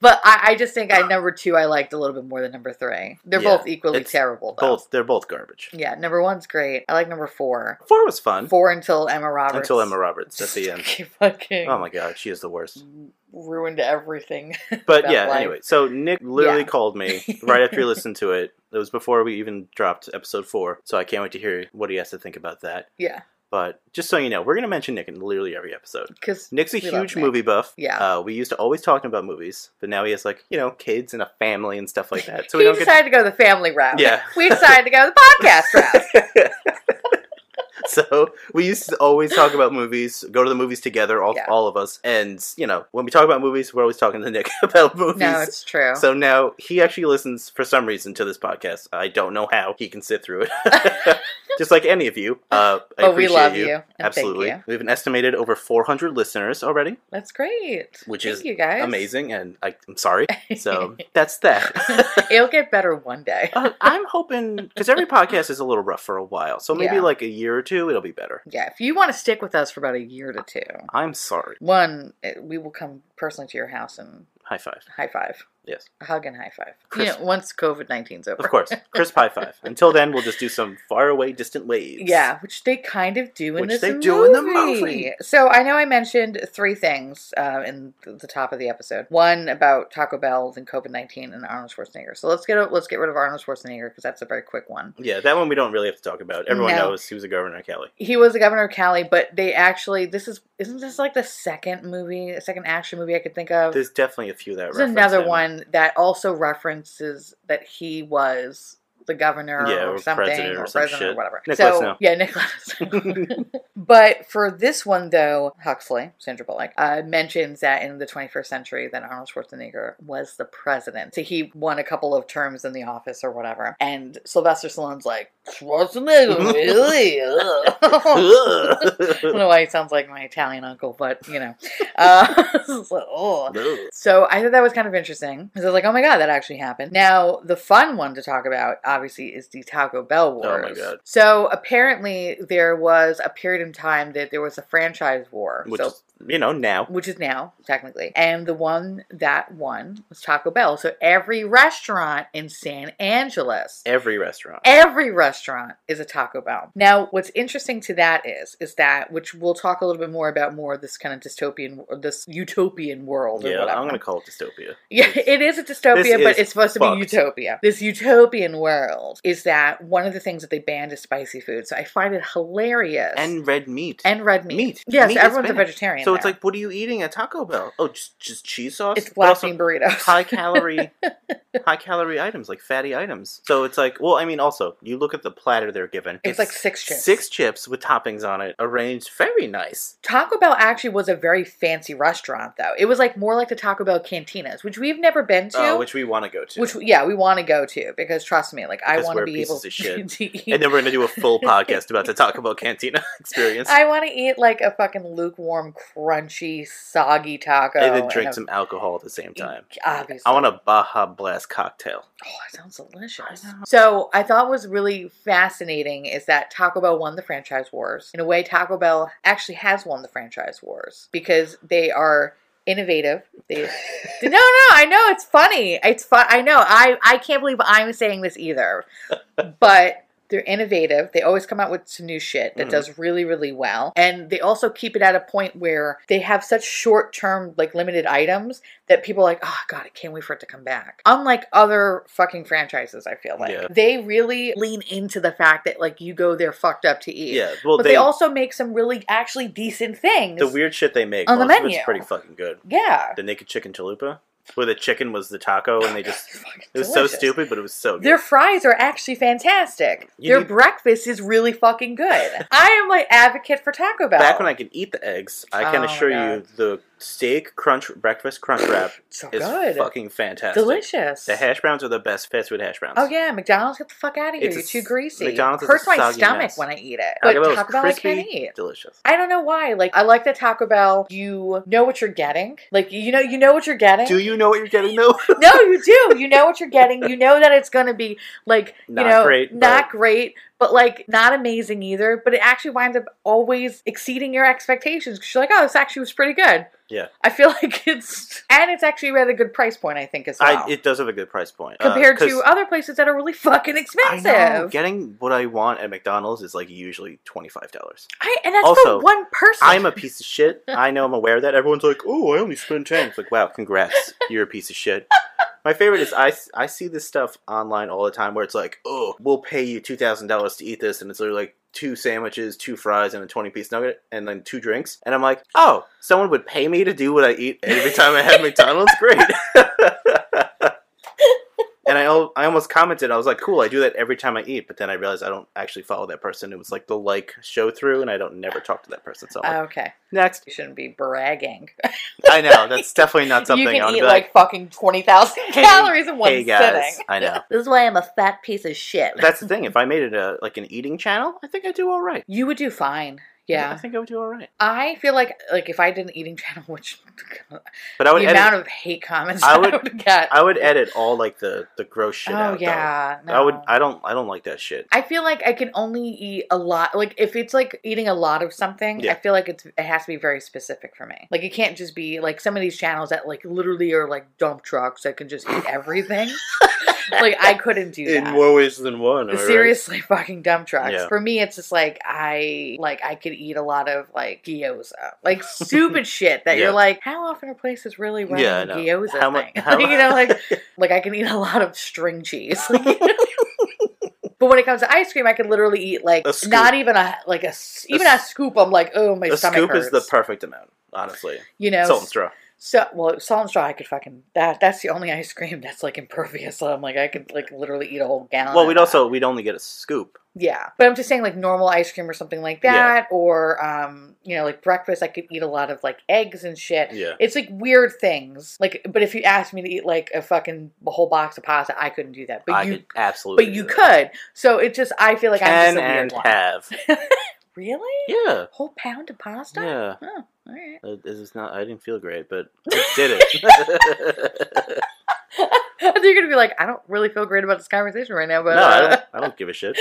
but I, I just think I number two I liked a little bit more than number three. They're
Yeah,
both equally
it's
terrible. Though.
both they're both garbage.
Yeah, number one's great. I like number four.
Four was fun
Four until Emma Roberts.
until Emma Roberts at the end.
Fucking.
Oh my god, she is the worst.
ruined everything.
But
about
yeah,
life.
anyway, so Nick literally
Yeah.
called me right after he listened to it. It was before we even dropped episode four, so I can't wait to hear what he has to think about that.
Yeah.
But just so you know, we're going to mention Nick in literally every episode.
Because
Nick's a
We love
huge
Nick.
movie buff.
Yeah.
Uh, we used to always talk to him about movies, but now he has like, you know, kids and a family and stuff like that. So we
he
don't
decided to go the family route.
Yeah.
We decided to go the podcast route.
get So we used to always talk about movies, go to the movies together, all,
Yeah.
all of us. And, you know, when we talk about movies, we're always talking to Nick about movies.
No, it's true.
So now he actually listens for some reason to this podcast. I don't know how he can sit through it. Just like any of you. Uh, I
but Oh, we
appreciate
love you. and
Absolutely.
Thank you.
We have an estimated over 400 listeners already.
That's great.
Which
Thank
is
you guys.
Amazing. And I, I'm sorry. So that's that.
It'll get better one day.
Uh, I'm hoping, because every podcast is a little rough for a while. So maybe
Yeah.
like a year or two, it'll be better.
Yeah, if you want to stick with us for about a year to two,
I'm sorry.
one, it- we will come personally to your house and
High five.
high five,
Yes.
a hug and high five.
Chris-
You know, once COVID 19's over.
Of course. Crisp high five. Until then, we'll just do some faraway, distant waves.
Yeah, which they kind of do in
Which
this
they
movie.
do in the movie.
So I know I mentioned three things uh, in th- the top of the episode. One about Taco Bell and COVID nineteen and Arnold Schwarzenegger. So let's get o- let's get rid of Arnold Schwarzenegger because that's a very quick one.
Yeah, that one we don't really have to talk about. Everyone
No.
knows he was a governor of Cali.
He was the governor of Cali, but they actually this is isn't this like the second movie, the second action movie I could think of.
There's definitely a few that.
There's
reference
another
him.
one that also references that he was the governor
Yeah,
or,
or
something
president or
or
some
president or
shit.
whatever.
Nick
so
lets know.
yeah, Nick lets know. but for this one though, Huxley, Sandra Bullock, uh, mentions that in the 21st century that Arnold Schwarzenegger was the president. So he won a couple of terms in the office or whatever. And Sylvester Stallone's like Schwarzenegger, really? Oh, Ugh." I don't know why he sounds like my Italian uncle, but you know, uh, so, oh.
No.
So I thought that was kind of interesting because I was like, oh my god, that actually happened. Now the fun one to talk about, obviously, is the Taco Bell
Oh my
wars.
God.
So apparently there was a period in time that there was a franchise war,
Which
so,
is, you know, now.
which is now technically, and the one that won was Taco Bell. So every restaurant in San Angeles
Every restaurant.
Every restaurant is a Taco Bell. Now, what's interesting to that is, is that which we'll talk a little bit more about more of this kind of dystopian, or this utopian world. or
yeah,
whatever.
I'm going to call it dystopia.
Yeah, it is a dystopia,
This
but
is
it's supposed to
fucked.
be utopia. This utopian world is that one of the things that they banned is spicy food. So I find it hilarious.
And red meat.
and red meat.
meat.
Yes,
Meat is
everyone's a
banned.
vegetarian.
so it's
there.
like, what are you eating at Taco Bell? Oh, just, just cheese sauce?
it's
But
black
also
bean burritos.
High calorie, high calorie items like fatty items. So it's like, well, I mean, also you look at the platter they're given.
It was like six chips.
Six chips with toppings on it, arranged very nice.
Taco Bell actually was a very fancy restaurant, though. It was like more like the Taco Bell cantinas, which we've never been to.
Uh, which we want to go to.
Which yeah, we want to go to because trust me, like I
Because
want
we're
to be able
pieces of shit.
to eat.
and then we're gonna do a full podcast about the Taco Bell Cantina experience.
I want to eat like a fucking lukewarm, crunchy, soggy taco,
and then drink
a-
some alcohol at the same time.
Obviously,
I want a Baja Blast cocktail.
Oh, it sounds delicious.
I know.
So I thought was really fascinating is that Taco Bell won the franchise wars. In a way, Taco Bell actually has won the franchise wars because they are innovative. They, no, no, I know it's funny. It's fun. I know. I I can't believe I'm saying this either, but. They're innovative. They always come out with some new shit that
Mhm.
does really, really well. And they also keep it at a point where they have such short term, like limited items that people are like, oh god, I can't wait for it to come back. Unlike other fucking franchises, I feel like
Yeah.
they really lean into the fact that like you go there fucked up to eat.
Yeah, well,
but
they,
they, also make some really actually decent things.
the weird shit they make
on the
most of
menu.
It's pretty fucking good.
yeah.
The naked chicken chalupa, where the chicken was the taco, and they just
Fucking
it was so
delicious.
stupid, but it was so good.
Their fries are actually fantastic.
You
Their
need-
breakfast is really fucking good. I am like advocate for Taco Bell.
Back when I could eat the eggs, I
Oh
can
my
assure you
God.
the steak crunch breakfast crunch wrap
so
is
good,
fucking fantastic.
delicious.
The hash browns are the best fast food hash browns.
Oh yeah, McDonald's, get the fuck out of here!
It's a
You're too
s-
greasy.
McDonald's is a
hurts my
soggy
stomach
mess.
when I eat it. but
Taco Bell
Taco
is
Bell, I
crispy,
can't eat.
delicious.
I don't know why. Like I like that Taco Bell. You know what you're getting. Like you know you know what you're getting.
Do you know what you're getting though?
no, you do. You know what you're getting. You know that it's going to be like
Not
you know
great,
not great, but like not amazing either. But it actually winds up always exceeding your expectations. Cause you're like, oh, this actually was pretty good.
Yeah.
I feel like it's and it's actually a rather good price point. I think as well.
I, it does have a good price point Uh,
Compared
'cause
to other places that are really fucking
I
expensive,
know getting what I want at McDonald's is like usually twenty five dollars.
I- and that's
Also,
for one person.
I'm a piece of shit. I know I'm aware of that. Everyone's like, oh, I only spend 10. It's like, wow, congrats. You're a piece of shit. My favorite is I, I see this stuff online all the time where it's like, oh, we'll pay you $2,000 to eat this. And it's literally like two sandwiches, two fries, and a 20 piece nugget, and then two drinks. And I'm like, oh, someone would pay me to do what I eat every time I have McDonald's? Great. and I, al- I almost commented, I was like, cool, I do that every time I eat. But then I realized I don't actually follow that person. It was like the like show through, and I don't never talk to that person. So I'm like,
Oh, okay.
next.
You shouldn't be bragging.
I know, that's definitely not something
you
I
can
want to
eat
be like.
like, fucking 20,000
Hey-
calories in one
Hey guys,
sitting.
I know.
This is why I'm a fat piece of shit.
That's the thing. If I made it a like an eating channel, I think I'd do all right.
you would do fine. Yeah.
I think I would do all right.
I feel like like if I did an eating channel, which
But I would
the
edit.
amount of hate comments
I
I would,
would-
get.
I would edit all like the the gross shit out.
oh
though.
yeah, no.
I would. I don't. I don't like that shit.
I feel like I can only eat a lot. Like if it's like eating a lot of something,
Yeah.
I feel like it's it has to be very specific for me. Like it can't just be like some of these channels that like literally are like dump trucks that can just eat everything. like I couldn't do that.
more ways than one. all right?
Seriously, fucking dump trucks.
Yeah.
For me, it's just like I like I could eat a lot of like gyoza, like stupid shit that
Yeah.
you're like, how often are places really running
Yeah, I
a
know.
gyoza
How mu-
thing?
how-
Like, you know, like like I can eat a lot of string cheese. Like, but when it comes to ice cream, I could literally eat like
A scoop.
not even a like a s-
A
even a,
s-
scoop. I'm like, oh my
a
stomach
scoop
hurts.
is the perfect amount, honestly.
you know
Salt and straw.
so well, salt and straw. I could fucking that. That's the only ice cream that's like impervious. So I'm like, I could like literally eat a whole gallon.
Well,
of
we'd
that.
also we'd only get a scoop.
Yeah. But I'm just saying like normal ice cream or something like that or um you know like breakfast I could eat a lot of like eggs and shit.
Yeah.
It's like weird things. Like but if you asked me to eat like a fucking whole box of pasta, I couldn't do that. But
I
you
could absolutely.
but you
do
could.
that.
So it just I feel like I'm
Can
just a weird
and
one.
have.
Really?
Yeah.
Whole pound of pasta?
Yeah.
Oh, all right.
Uh, This is not. I didn't feel great, but I did it.
I think you're gonna be like, I don't really feel great about this conversation right now, but
no, I
uh,
don't. I don't give a shit.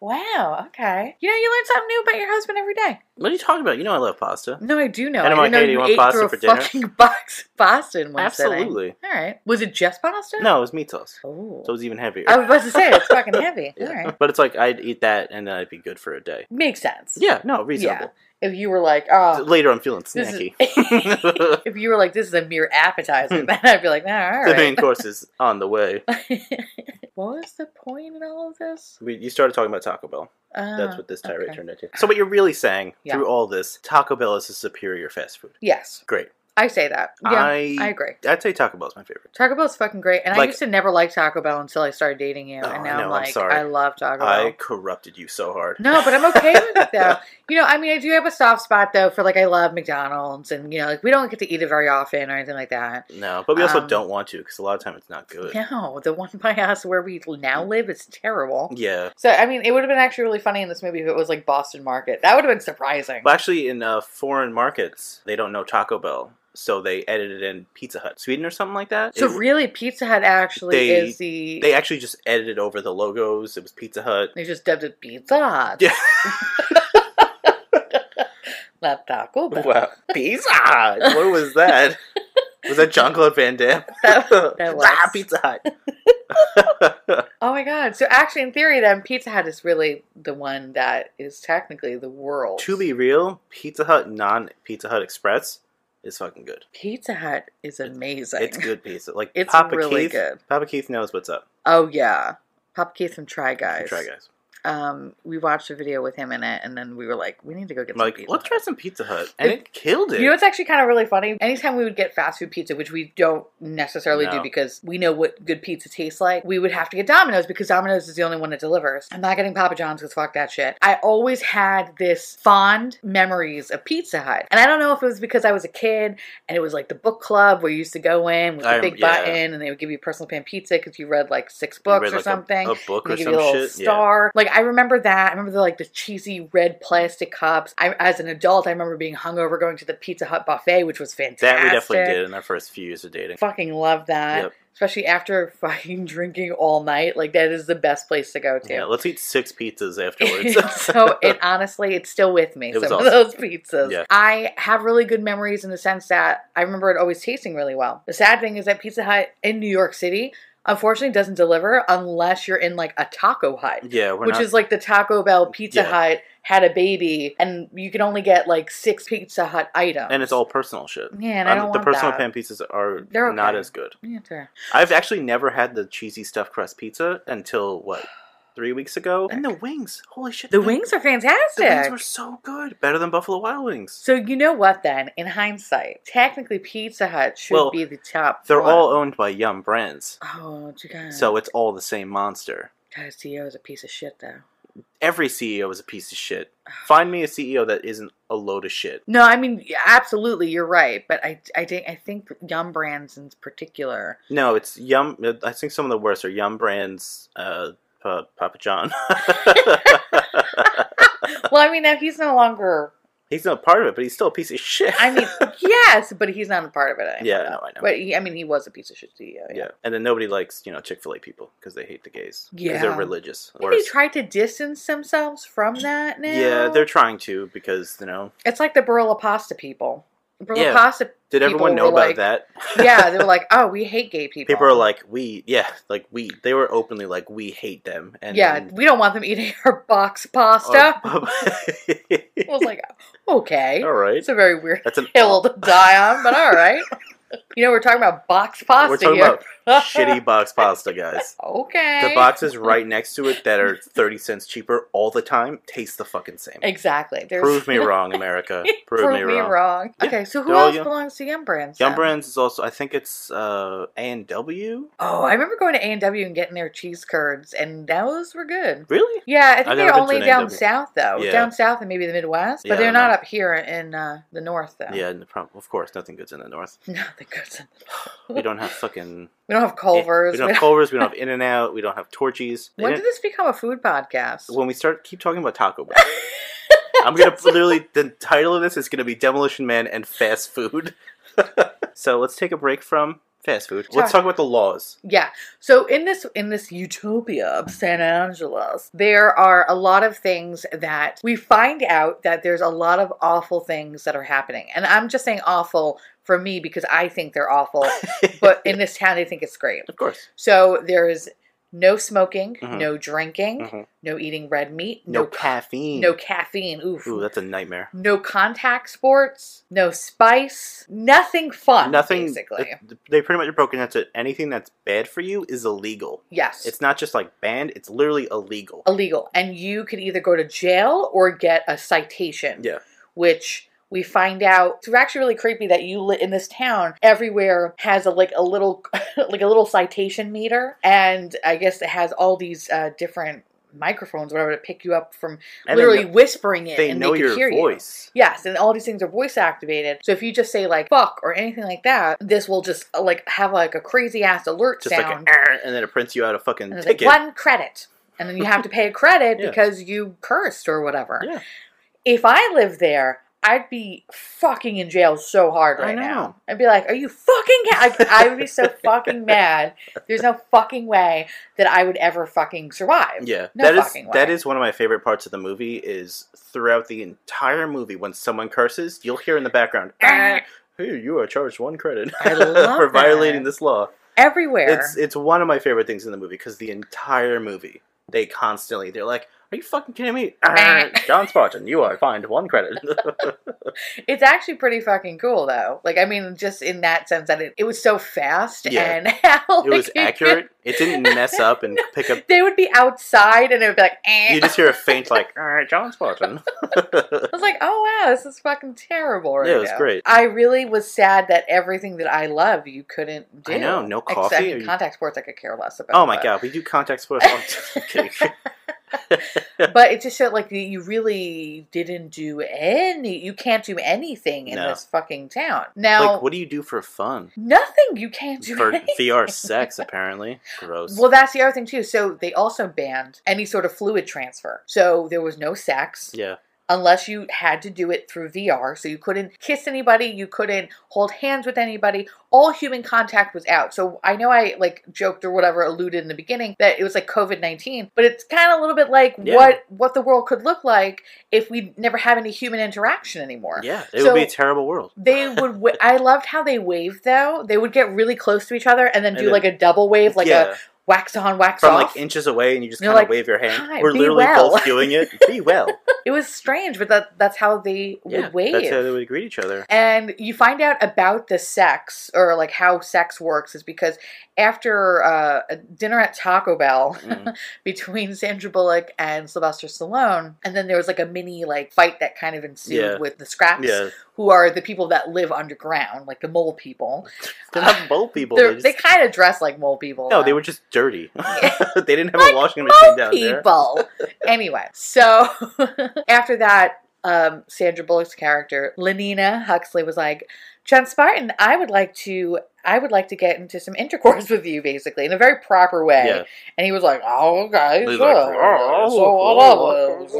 wow, okay. You know, you learn something new about your husband every day.
What are you talking about? You know I love pasta.
No, I do know.
And I'm
I didn't
like,
know
hey, do you want
ate
pasta
through a
for dinner?
fucking box of pasta in one sitting.
Absolutely.
All right. Was it just pasta?
No, it was meat sauce,
Oh.
so it was even heavier.
I was about to say it's fucking heavy.
Yeah.
All right.
But it's like I'd eat that and then I'd be good for a day.
Makes sense.
Yeah, no, reasonable.
If you were like, oh,
Later, I'm feeling
this is,
snacky.
if you were like, this is a mere
Hmm.
appetizer, then I'd be like, nah, all
The main
right.
course is on the way.
what was the point in all of this?
We, you started talking about Taco Bell. That's
Ah,
what this tirade
okay.
turned into. So, what you're really saying
Yeah.
through all this, Taco Bell is a superior fast food.
Yes,
Great.
I say that. Yeah, I,
I,
agree.
I'd say Taco Bell is my favorite.
Taco Bell's fucking great, and I
Like-
used to never like Taco Bell until I started dating you,
Oh,
and now
I know,
I'm
I'm
like,
sorry.
I love Taco Bell.
I corrupted you so hard.
No, but I'm okay with it though. You know, I mean, I do have a soft spot though for like I love McDonald's, and you know, like we don't get to eat it very often or anything like that.
No, but we also
Um,
don't want to because a lot of time it's not good.
No, the one by us where we now live is terrible.
Mm. Yeah.
So I mean, it would have been actually really funny in this movie if it was like Boston Market. That would have been surprising.
Well, actually, in uh, foreign markets, they don't know Taco Bell, so they edited in Pizza Hut, Sweden or something like that.
so
It-
really, Pizza Hut actually
They-
is the
They actually just edited over the logos. It was Pizza Hut.
they just dubbed it Pizza Hut.
Yeah.
Not Taco Bell.
Wow. Pizza Hut. What was that? was that Jean Claude Van Damme?
That-
Ah,
was.
Pizza Hut.
Oh my god! So actually, in theory, then Pizza Hut is really the one that is technically the world.
to be real, Pizza Hut non Pizza Hut Express is fucking good.
Pizza Hut is amazing.
It's good pizza. Like
It's
Papa
really
Keith.
good.
Papa Keith knows what's up.
Oh yeah, Papa Keith from Try Guys.
Try guys.
Um, we watched a video with him in it, and then we were like, we need to go get
I'm
some
like,
pizza.
let's try some Pizza Hut, and it, killed it.
You know what's actually kind of really funny? Anytime we would get fast food pizza, which we don't necessarily do
No.
because we know what good pizza tastes like, we would have to get Domino's because Domino's is the only one that delivers. I'm not getting Papa John's because fuck that shit. I always had this fond memories of Pizza Hut. And I don't know if it was because I was a kid and it was like the book club where you used to go in with the
I-
big
yeah.
button and they would give you personal pan pizza because you read like six
You read,
books or
like, a-
something.
A, book
They
or
give you a
some
little
shit. Yeah.
star. Like I remember that. I remember the like the cheesy red plastic cups. I, as an adult, I remember being hungover going to the Pizza Hut buffet, which was fantastic.
That we definitely did in our first few years of dating.
Fucking love that.
Yep.
Especially after fucking drinking all night. Like that is the best place to go to.
Yeah, let's eat six pizzas afterwards.
so it honestly, it's still with me.
It was
some of
awesome.
those pizzas.
Yeah.
I have really good memories in the sense that I remember it always tasting really well. The sad thing is that Pizza Hut in New York City, unfortunately, doesn't deliver unless you're in like a taco hut
yeah, we're
which
not.
is like the Taco Bell Pizza
Yeah.
Hut had a baby, and you can only get like six Pizza Hut items,
and it's all personal shit.
yeah, and I
Um,
don't
the
want
personal
that.
pan pizzas are
They're okay.
not as good.
Yeah, it's all right.
I've actually never had the cheesy stuffed crust pizza until what three weeks ago. And the wings. Holy shit.
The
man,
wings are
The
fantastic.
wings were so good. Better than Buffalo Wild Wings.
so you know what then? In hindsight, technically Pizza Hut should
Well,
be the top.
They're
one.
all owned by Yum Brands.
Oh, you guys.
So it's all the same monster.
God, CEO is a piece of shit though.
Every CEO is a piece of shit. Find me a CEO that isn't a load of shit.
No, I mean absolutely, you're right. But I, I think I think Yum Brands in particular.
No, it's Yum. I think some of the worst are Yum Brands, uh, Pa- Papa John.
Well, I mean now he's no longer.
he's not part of it, but he's still a piece of shit.
I mean, yes, but he's not a part of it anymore.
yeah, no, I know.
But he, I mean, he was a piece of shit E CEO.
yeah, and then nobody likes you know Chick Fil A people because they hate the gays. 'Cause
Yeah.
they're religious.
I think
Worse.
they tried to distance themselves from that now.
yeah, they're trying to because you know.
It's like the Barilla Pasta people. Barilla
Yeah.
Pasta.
Did everyone
People
know
were
about
like-
that?
Yeah, they were like, oh, we hate gay people.
People are like, we, yeah, like we. They were openly like, we hate them. And
yeah,
and-
we don't want them eating our box pasta. I was like, okay,
Oh. all right.
it's a very weird
That's an
hill to die on, but all right. You know, we're talking about box pasta
We're talking
here.
about shitty box pasta, guys.
Okay.
The boxes right next to it that are 30 cents cheaper all the time taste the fucking same.
Exactly. There's-
Prove me wrong, America. Prove, me wrong. Yeah.
Okay, so who
They're all
else
Yum-
belongs to Yum Brands?
Yum
then?
Brands is also, I think it's uh, A&W?
Oh, I remember going to A and W and getting their cheese curds, and those were good.
Really?
Yeah, I think
I've never
they're
been to
only
an
down
A&W.
south though,
Yeah.
down south and maybe the Midwest, but
Yeah, I
they're
don't
not
know.
up here in uh, the north though.
Yeah, no problem. of course, nothing good's in the North.
nothing goes. in-
We don't have fucking.
We don't have Culvers.
We don't have Culver's. We don't have In and Out. We don't have Torchies.
when
In-
did this become a food podcast?
when we start keep talking about Taco Bell. I'm gonna literally the title of this is gonna be Demolition Man and Fast Food. so let's take a break from fast food. Let's
Sure.
talk about the laws.
Yeah. So in this in this utopia of San Angeles, there are a lot of things that we find out that there's a lot of awful things that are happening. And I'm just saying awful for me because I think they're awful, but in this town they think it's great.
Of course.
So there's no smoking,
Mhm.
no drinking,
Mhm.
no eating red meat,
No,
no
caffeine.
no caffeine. Oof.
Ooh, that's a nightmare.
no contact sports, no spice, nothing fun.
Nothing.
basically.
th- They pretty much are broken into anything that's bad for you is illegal.
yes.
It's not just like banned. It's literally illegal.
illegal and you could either go to jail or get a citation
Yeah.
which we find out it's actually really creepy that you live in this town everywhere has a like a little like a little citation meter and i guess it has all these uh, different microphones whatever to pick you up from
And
literally
they know,
whispering it
they
and
know
they could hear
your voice.
you yes and all these things are voice activated so if you just say like fuck or anything like that this will just uh, like have like a crazy ass alert
Just like
sound
an, "Arr," and then it prints you out a fucking
and it's like
ticket.
one credit. And then you have to pay a credit
Yeah.
because you cursed or whatever.
Yeah.
If I lived there, I'd be fucking in jail so hard
I
right
know.
now. I'd be like, "Are you fucking?" ki-" Like, I would be so fucking mad. There's no fucking way that I would ever fucking survive.
Yeah,
No
that is
fucking way.
that is one of my favorite parts of the movie. Is throughout the entire movie when someone curses, you'll hear in the background, "Ah, "Hey, you are charged one credit
I love
for violating
that.
this law."
Everywhere.
It's it's one of my favorite things in the movie because the entire movie they constantly they're like, "Are you fucking kidding me?" Ah, John Spartan, you are fined one credit.
It's actually pretty fucking cool though. Like I mean, just in that sense that it, it was so fast
Yeah.
and how
it was
like,
accurate. It didn't mess up and pick up.
They would be outside and it would be like, eh.
You just hear a faint like, "Ah, "John Spartan."
I was like, oh wow, this is fucking terrible right
Yeah, it was
now.
great.
I really was sad that everything that I love you couldn't do.
I know, no
Except
coffee,
in
or you-
contact sports I could care less about.
Oh my
but-
god, we do contact sports. Oh, I'm kidding.
But it just showed like that you really didn't do any you can't do anything in
No.
this fucking town. Now
like, what do you do for fun?
nothing you can't do
for
anything.
VR sex, apparently. Gross.
Well, that's the other thing too. So they also banned any sort of fluid transfer. So there was no sex.
yeah.
unless you had to do it through VR. So you couldn't kiss anybody, you couldn't hold hands with anybody. All human contact was out. So I know I like joked or whatever alluded in the beginning that it was like COVID-19, but it's kind of a little bit like
Yeah.
what what the world could look like if we never have any human interaction anymore.
Yeah. It
So-
would be a terrible world.
They would. wa- I loved how they waved though. They would get really close to each other and then
And
do
then-
like a double wave, like a
yeah.
wax on, wax
From
off.
like inches away, and you just
You're
kind of
like,
wave your hand.
"Hi,
We're
be
literally
well."
both doing it. Be well.
it was strange, but that that's how they
yeah,
would wave.
that's how they would greet each other.
And you find out about the sex or like how sex works is because after uh, a dinner at Taco Bell
Mm.
between Sandra Bullock and Sylvester Stallone, and then there was like a mini like fight that kind of ensued
Yeah.
with the scraps,
Yeah,
who are the people that live underground, like the mole people.
they're not mole people.
Uh, They're, they
They're,
kind of dress like mole people.
no,
though.
they were just dirty.
Yeah.
they didn't have
Like
a washing machine down there.
people. anyway, so after that, um, Sandra Bullock's character, Lenina Huxley, was like, John Spartan, I would like to. I would like to get into some intercourse with you, basically, in a very proper way.
Yeah,
And he was like, "Oh, okay,
He's
sure.
like,
oh, so I
oh,
love it.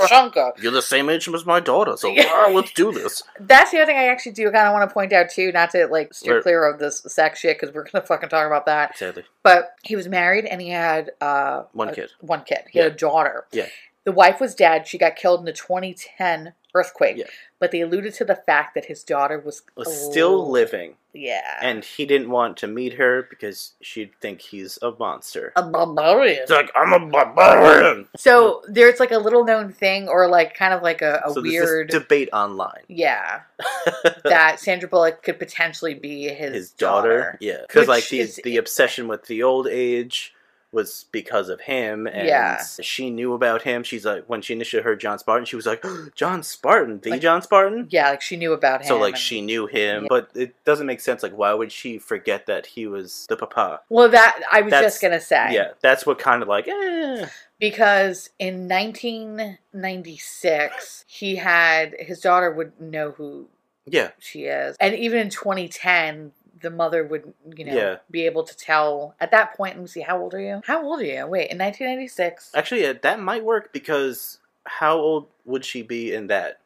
hunka chunka."
you're the same age as my daughter, so
Yeah.
wow, let's do this.
That's the other thing I actually do kind of want to point out too, not to like steer
Right.
clear of this sex shit because we're gonna fucking talk about that.
Sadly,
But he was married and he had uh,
one
a-
kid.
One kid. He had a daughter.
Yeah.
The wife was dead. She got killed in the 2010 earthquake.
Yeah.
But they alluded to the fact that his daughter was,
Was still
al-
living,
Yeah.
and he didn't want to meet her because she'd think he's a monster.
a barbarian.
It's like I'm a barbarian.
So there's like a little known thing, or like kind of like a, a
so there's this
weird.
debate online.
yeah. that Sandra Bullock could potentially be his,
His daughter, yeah, because
Which
like the
is-
the obsession with the old age was because of him, and
Yeah.
she knew about him. She's like when she initially heard John Spartan, she was like John Spartan, the
Like-
John Spartan.
Yeah, like she knew about him.
So like
and-
she knew him,
Yeah.
but it doesn't make sense. Like why would she forget that he was the papa?
Well, that I was
That's-
just gonna say.
Yeah, that's what kind of like eh.
because in 1996 he had his daughter would know who
yeah.
she is. And even in 2010, the mother would, you know,
Yeah.
be able to tell at that point. Let me see, how old are you? How old are you? Wait, in 1996.
Actually, uh, that might work because how old would she be in that?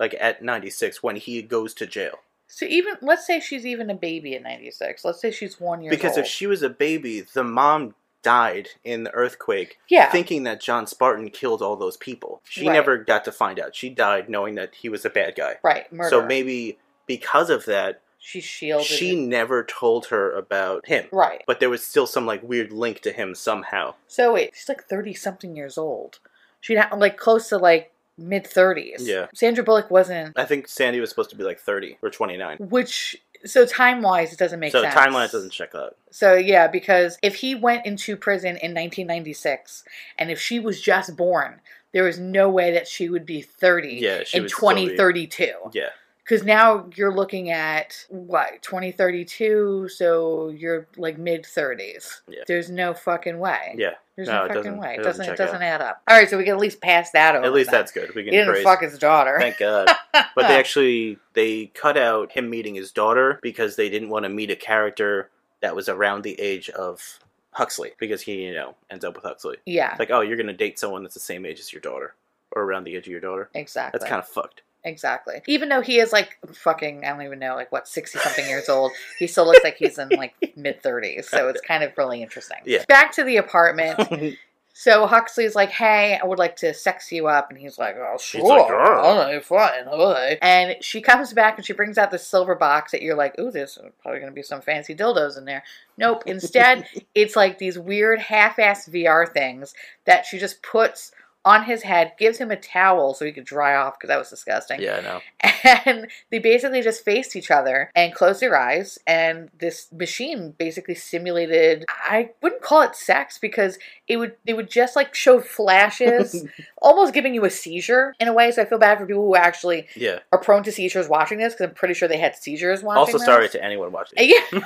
Like at ninety six when he goes to jail.
so even let's say she's even a baby in 96. Let's say she's one year
Because
old.
if she was a baby, the mom died in the earthquake,
yeah,
thinking that John Spartan killed all those people. She
Right.
never got to find out. She died knowing that he was a bad guy.
right, murder.
So maybe because of that,
she's shielded.
she
it.
never told her about him.
right.
But there was still some like weird link to him somehow.
So wait, she's like 30 something years old. She'd ha- like close to like mid 30s.
Yeah.
Sandra Bullock wasn't,
I think Sandy was supposed to be like thirty or twenty nine.
which so time wise it doesn't make
So
sense.
timeline doesn't check out.
So yeah, because if he went into prison in 1996, and if she was just born, there is no way that she would be 30
Yeah, she
in
would still be-
2032.
Yeah.
Because now you're looking at what 2032, so you're like mid 30s.
Yeah.
There's no fucking way.
Yeah.
There's
No,
no,
it
fucking
doesn't-
way.
it
It
doesn't
doesn't. It
check out.
doesn't add up. All right, so we can at least pass that over.
At least
then.
that's good. We
he
can
didn't
praise.
fuck his daughter.
Thank God. But they actually they cut out him meeting his daughter because they didn't want to meet a character that was around the age of Huxley because he you know ends up with Huxley.
yeah,
It's like oh you're gonna date someone that's the same age as your daughter or around the age of your daughter.
exactly.
That's kind of fucked.
Exactly. Even though he is like fucking, I don't even know, like what, 60 something years old, he still looks like he's in like mid 30s. So it's kind of really interesting.
Yeah.
Back to the apartment. So Huxley's like, hey, I would like to sex you up. And he's like, oh, sure.
She's like, "Grr."
all right, fine. All right. And she comes back and she brings out this silver box that you're like, ooh, there's probably going to be some fancy dildos in there. Nope. Instead, it's like these weird half ass VR things that she just puts on his head, gives him a towel so he could dry off because that was disgusting
yeah, I know.
and they basically just faced each other and closed their eyes and this machine basically simulated i wouldn't call it sex because it would they would just like show flashes almost giving you a seizure in a way so i feel bad for people who actually
Yeah.
are prone to seizures watching this because i'm pretty sure they had seizures watching
Also,
this.
sorry to anyone watching.
yeah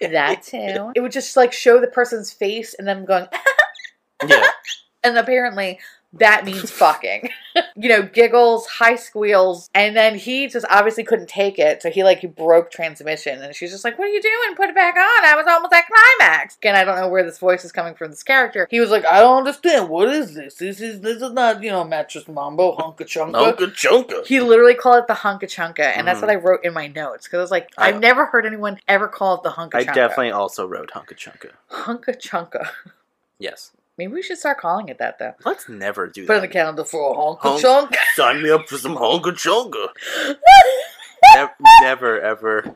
that too it would just like show the person's face and them going "Eh,"
yeah,
and apparently that means fucking. you know, giggles, high squeals, and then he just obviously couldn't take it, so he like broke transmission and she's just like, What are you doing? Put it back on. I was almost at climax. Again, I don't know where this voice is coming from this character. He was like, I don't understand. What is this? This is this is not, you know, mattress mambo, hunka chunka.
Uncle Junker.
He literally called it the hunka chunka, and that's
Mhm.
what I wrote in my notes because I was like,
I-
I've never heard anyone ever call it the hunka chunka.
I definitely also wrote Hunka Chunka.
hunka chunka.
Yes.
Maybe we should start calling it that though.
Let's never do
Put on
that.
the calendar for a honka
Honk-
chunka.
Sign me up for some Hunka Chunka. never, never ever.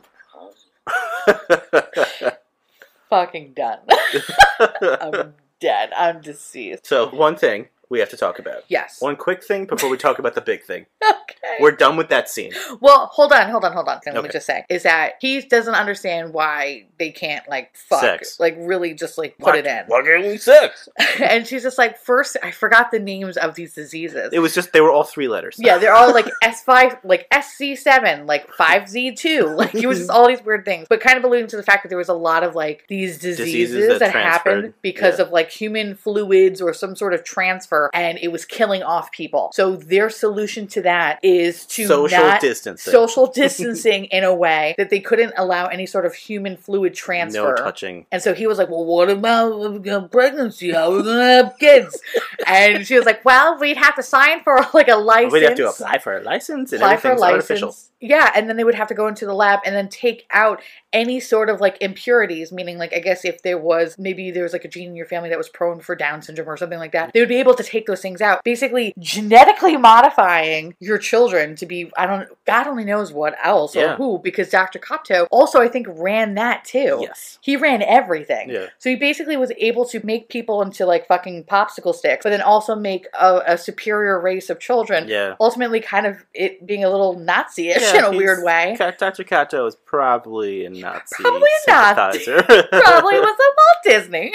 fucking done. I'm dead. I'm deceased.
so, one thing we have to talk about.
Yes.
One quick thing before we talk about the big thing.
Okay.
We're done with that scene.
Well, hold on, hold on, hold on. Let me
Okay.
just say is that he doesn't understand why they can't like fuck,
Sex.
like really just like put it in.
Why can't we sex?
and she's just like, first, I forgot the names of these diseases.
It was just, they were all three letters.
yeah, they're all like S five, like SC seven, like five Z two, like it was just all these weird things. But kind of alluding to the fact that there was a lot of like these diseases,
Diseases that
that, happened
transferred.
because
Yeah.
of like human fluids or some sort of transfer, and it was killing off people. So their solution to that is to
Social
not
distancing.
social distancing in a way that they couldn't allow any sort of human fluid transfer.
No touching.
And so he was like, "Well, what about pregnancy? How are we gonna have kids?" and she was like, "Well, we'd have to sign for like a license.
We'd have to apply for a license and
Apply for a
everything's artificial.
license. Yeah, and then they would have to go into the lab and then take out any sort of like impurities, meaning like I guess if there was maybe there was like a gene in your family that was prone for Down syndrome or something like that, they would be able to take those things out. Basically, genetically modifying your children to be I don't God only knows what else or
Yeah.
who because Dr. Copto also I think ran that too.
Yes.
He ran everything.
Yeah.
So he basically was able to make people into like fucking popsicle sticks, but then also make a, a superior race of children.
Yeah.
Ultimately, kind of it being a little Nazi ish
Yeah,
in a
he's-
weird way.
Ka- Dr. Kato is probably a Nazi
Probably a Nazi.
sympathizer.
Probably was a Walt Disney.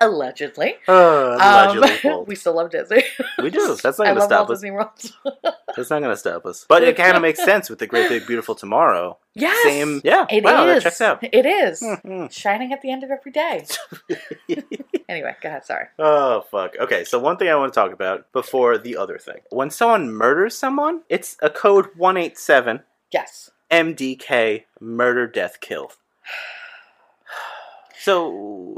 Allegedly.
Uh,
Um,
allegedly bold.
we still love Disney.
We do. That's not
I
going to
love Walt
stop us.
Disney World.
That's not going to stop us. But it kind of makes sense with the Great Big Beautiful Tomorrow.
yes.
Same. Yeah.
It
wow,
is.
that checks out.
It is.
Mhm.
Shining at the end of every day. anyway, go ahead. Sorry.
Oh, fuck. Okay, so one thing I want to talk about before the other thing. When someone murders someone, it's a code 187
Yes.
MDK murder, death, kill. So,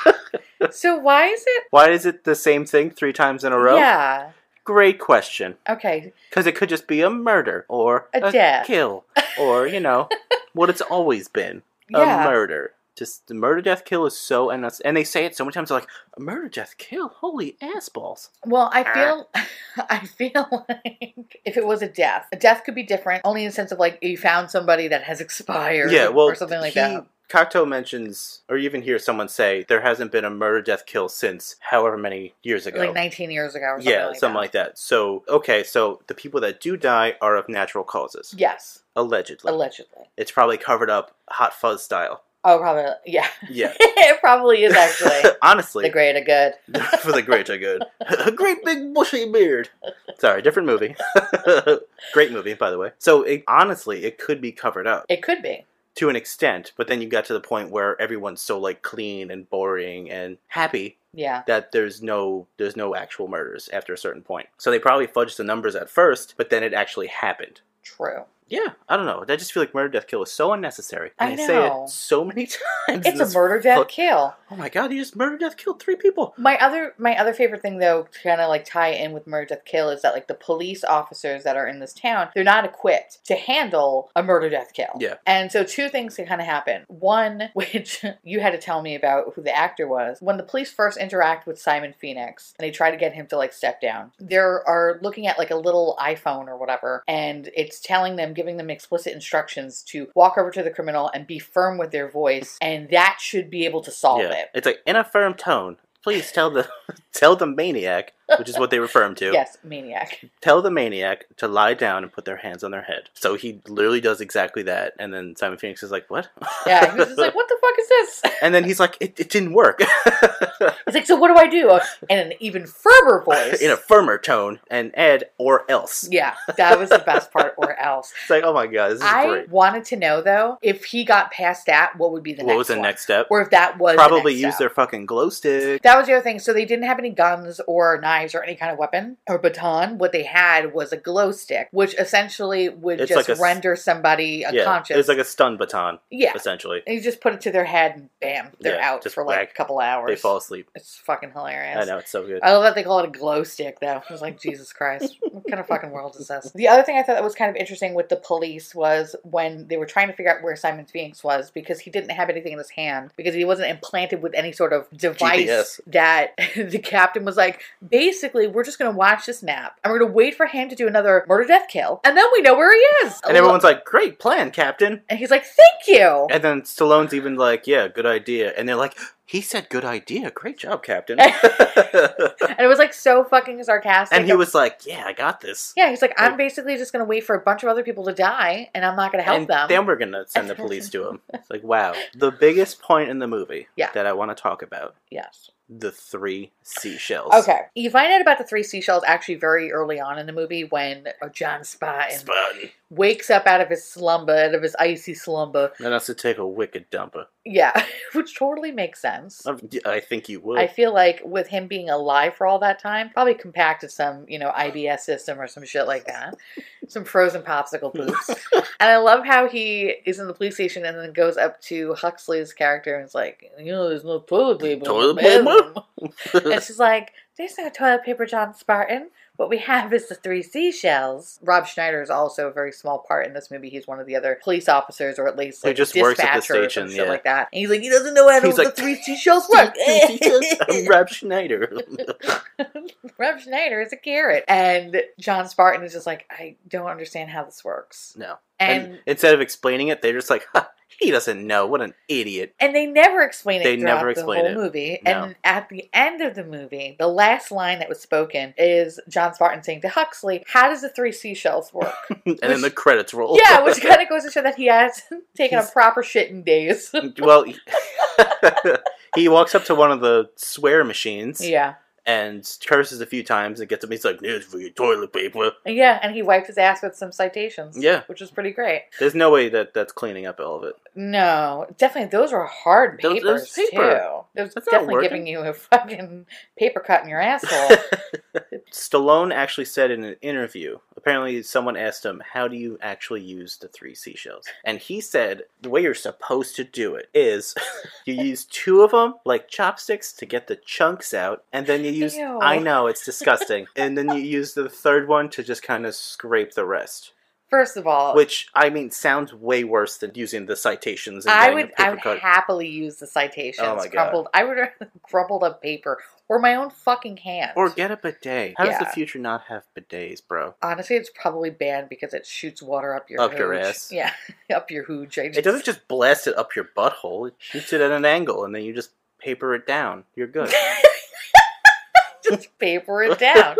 So why is it?
why is it the same thing three times in a row?
Yeah.
Great question.
Okay.
Because it could just be a murder or
A death.
kill or, you know, what it's always been
Yeah.
a murder. Just the murder, death, kill is so, and, that's, and they say it so many times, they're like, murder, death, kill? Holy ass balls.
Well, I feel, I feel like if it was a death, a death could be different, only in the sense of like you found somebody that has expired,
yeah, well,
or something like
he,
that.
Cocteau mentions, or you even hear someone say, there hasn't been a murder, death, kill since however many years ago.
Like 19 years ago, or something
yeah,
like
something
that.
like that. So, okay, so the people that do die are of natural causes,
yes,
allegedly.
allegedly.
it's probably covered up hot fuzz style.
Oh, probably, yeah,
Yeah.
it probably is actually
Honestly,
the greater good.
for the greater good. a great big bushy beard. Sorry, different movie. great movie, by the way. So it, honestly, it could be covered up
It could be.
to an extent, but then you got to the point where everyone's so like clean and boring and happy
Yeah.
that there's no there's no actual murders after a certain point. So they probably fudged the numbers at first, but then it actually happened.
True.
Yeah, I don't know. I just feel like murder, death, kill is so unnecessary. And
I
they say
know.
it so many times. in
It's a
this-
murder, death,
fuck-
kill.
Oh my god, you just murder, death, killed three people.
My other my other favorite thing though, to kind of like tie in with murder death kill is that like the police officers that are in this town, they're not equipped to handle a murder death kill.
Yeah.
And so two things can kind of happen. One, which you had to tell me about who the actor was. When the police first interact with Simon Phoenix and they try to get him to like step down, they are looking at like a little iPhone or whatever, and it's telling them, giving them explicit instructions to walk over to the criminal and be firm with their voice, and that should be able to solve
yeah.
it.
It's like in a firm tone. Please tell the tell the maniac, which is what they refer him to.
Yes, maniac.
Tell the maniac to lie down and put their hands on their head. So he literally does exactly that, and then Simon Phoenix is like, "What?"
Yeah, he was just like, "What the fuck is this?"
and then he's like, "It, it didn't work."
He's like, "So what do I do?" And an even firmer voice.
in a firmer tone, and add or else.
yeah, that was the best part. Or else,
It's like, oh my god, this is
I
great.
wanted to know though if he got past that, what would be the
What
next?
was the
one?
next step?
Or if that was the
Probably
next
use
step.
their fucking glow stick.
That was the other thing. So they didn't have any guns or knives or any kind of weapon or baton. What they had was a glow stick, which essentially would
It's
just
like a s-
render somebody
yeah,
unconscious.
it's like a stun baton,
yeah.
essentially.
And you just put it to their head and bam, they're
Yeah,
out
just
for like
whack.
a couple hours.
They fall asleep.
It's fucking hilarious.
I know it's so good.
I love that they call it a glow stick, though. I was like, Jesus Christ, what kind of fucking world is this? The other thing I thought that was kind of interesting with the police was when they were trying to figure out where Simon Phoenix was because he didn't have anything in his hand because he wasn't implanted with any sort of device
GPS.
that the captain was like, "Baby, basically, we're just going to watch this map and we're going to wait for him to do another murder, death, kill, and then we know where he is.
And everyone's like, great plan, Captain.
and he's like, "Thank you."
And then Stallone's even like, yeah, good idea. And they're like, he said good idea. Great job, Captain.
And it was like so fucking sarcastic.
and he was like, yeah, I got this.
yeah, he's like, I'm basically just gonna wait for a bunch of other people to die, and I'm not gonna help
and
them.
Then we're gonna send the police to him. It's like, wow. The biggest point in the movie
Yeah.
that I want to talk about
yes.
the three seashells.
Okay. You find out about the three seashells actually very early on in the movie when uh, John Spotton
Spun.
wakes up out of his slumber, out of his icy slumber.
That has to take a wicked dumper.
Yeah, which totally makes sense.
I- I think you would.
I feel like with him being alive for all that time, probably compacted some, you know, IBS system or some shit like that. some frozen popsicle poops. and I love how he is in the police station and then goes up to Huxley's character and is like, you know, there's no toilet paper. in
Toilet
the bedroom." and
I
she's like, there's no toilet paper, John Spartan. What we have is the three seashells. Rob Schneider is also a very small part in this movie. He's one of the other police officers, or at least
Who
like,
just works at the
dispatcher or some
station,
shit
yeah.
like that. And he's like, he doesn't know how to
He's
the
like,
three seashells work.
am Rob Schneider.
Rob Schneider is a carrot. And John Spartan is just like, I don't understand how this works.
no.
And
And,
and,
instead of explaining it, they're just like, ha, he doesn't know. What an idiot.
they never explain it
They
throughout
never explain
the
it.
whole movie.
No.
And at the end of the movie, the last line that was spoken is John Spartan saying to Huxley, How does the three seashells work?
and then the credits roll.
yeah, which kind of goes to show that he has taken
He's-
a proper shit in days.
well, he- he walks up to one of the swear machines
yeah.
and curses a few times and gets him. He's like, "Here's for your toilet paper."
Yeah, and he wiped his ass with some citations.
Yeah.
Which is pretty great.
There's no way that that's cleaning up all of it.
No, definitely those were hard
Those-
papers
those paper.
too. It was
That's not
definitely
working.
giving you a fucking paper cut in your asshole.
Stallone actually said in an interview. Apparently, someone asked him, "How do you actually use the three seashells?" And he said, "The way you're supposed to do it is, you use two of them like chopsticks to get the chunks out, and then you use.
Ew.
I know it's disgusting, and then you use the third one to just kind of scrape the rest."
First of all,
Which I mean sounds way worse than using the citations. And
I
getting
would
the
I
paper
would
cut.
happily use the citations
Oh my God.
crumpled. I would rather crumpled up paper or my own fucking hand.
Or get a bidet. How does
Yeah.
the future not have bidets, bro?
Honestly, it's probably banned because it shoots water up your
Up your
hooch.
ass.
Yeah, up your hooch. I
It doesn't just blast it up your butthole. It shoots it at an angle, and then you just paper it down. You're good.
just paper it down.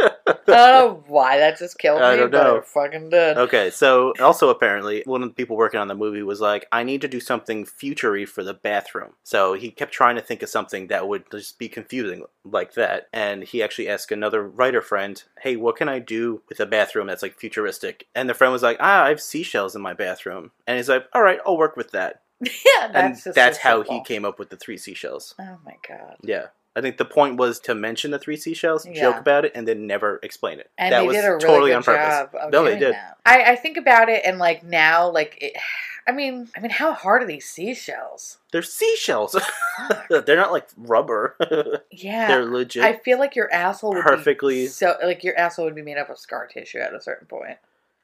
oh, why that just killed
I
me?
don't
but
know.
it fucking did.
okay, so also apparently one of the people working on the movie was like, I need to do something futury for the bathroom. So he kept trying to think of something that would just be confusing like that. And he actually asked another writer friend, Hey, what can I do with a bathroom that's like futuristic? And the friend was like, Ah, I have seashells in my bathroom. And he's like, All right, I'll work with that.
yeah,
and
that's just so
that's how he
simple.
came up with the three seashells.
Oh my god.
Yeah. I think the point was to mention the three seashells,
Yeah.
joke about it, and then never explain it.
And
that
they
was
did a really
totally
good
on purpose.
job of
No, they
doing
did.
that. I, I think about it and like now, like it, I mean, I mean, how hard are these seashells?
They're seashells. They're not like rubber. They're
Yeah,
legit.
I feel like your asshole would
Perfectly-
be so like your asshole would be made up of scar tissue at a certain point.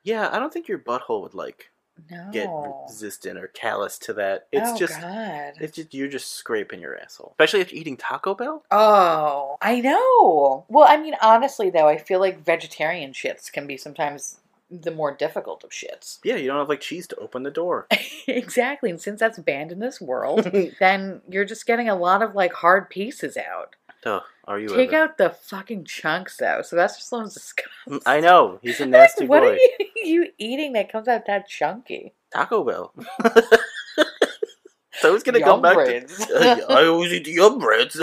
yeah, I don't think your butthole would like
No,
get resistant or callous to that. It's
oh
just
god.
it's just you're just scraping your asshole. Especially if you're eating Taco Bell.
Oh, I know. Well, I mean, honestly, though, I feel like vegetarian shits can be sometimes the more difficult of shits.
Yeah, you don't have like cheese to open the door.
exactly. And since that's banned in this world, then you're just getting a lot of like hard pieces out.
Ugh, are you
Take
ever? Mm,
out the fucking chunks, though. So that's just Stallone's disgusting.
I know. He's a nasty
what
boy.
are you, you eating that comes out that chunky?
Taco Bell. so it's gonna
Yum
come back
breads.
to I always eat yum breads.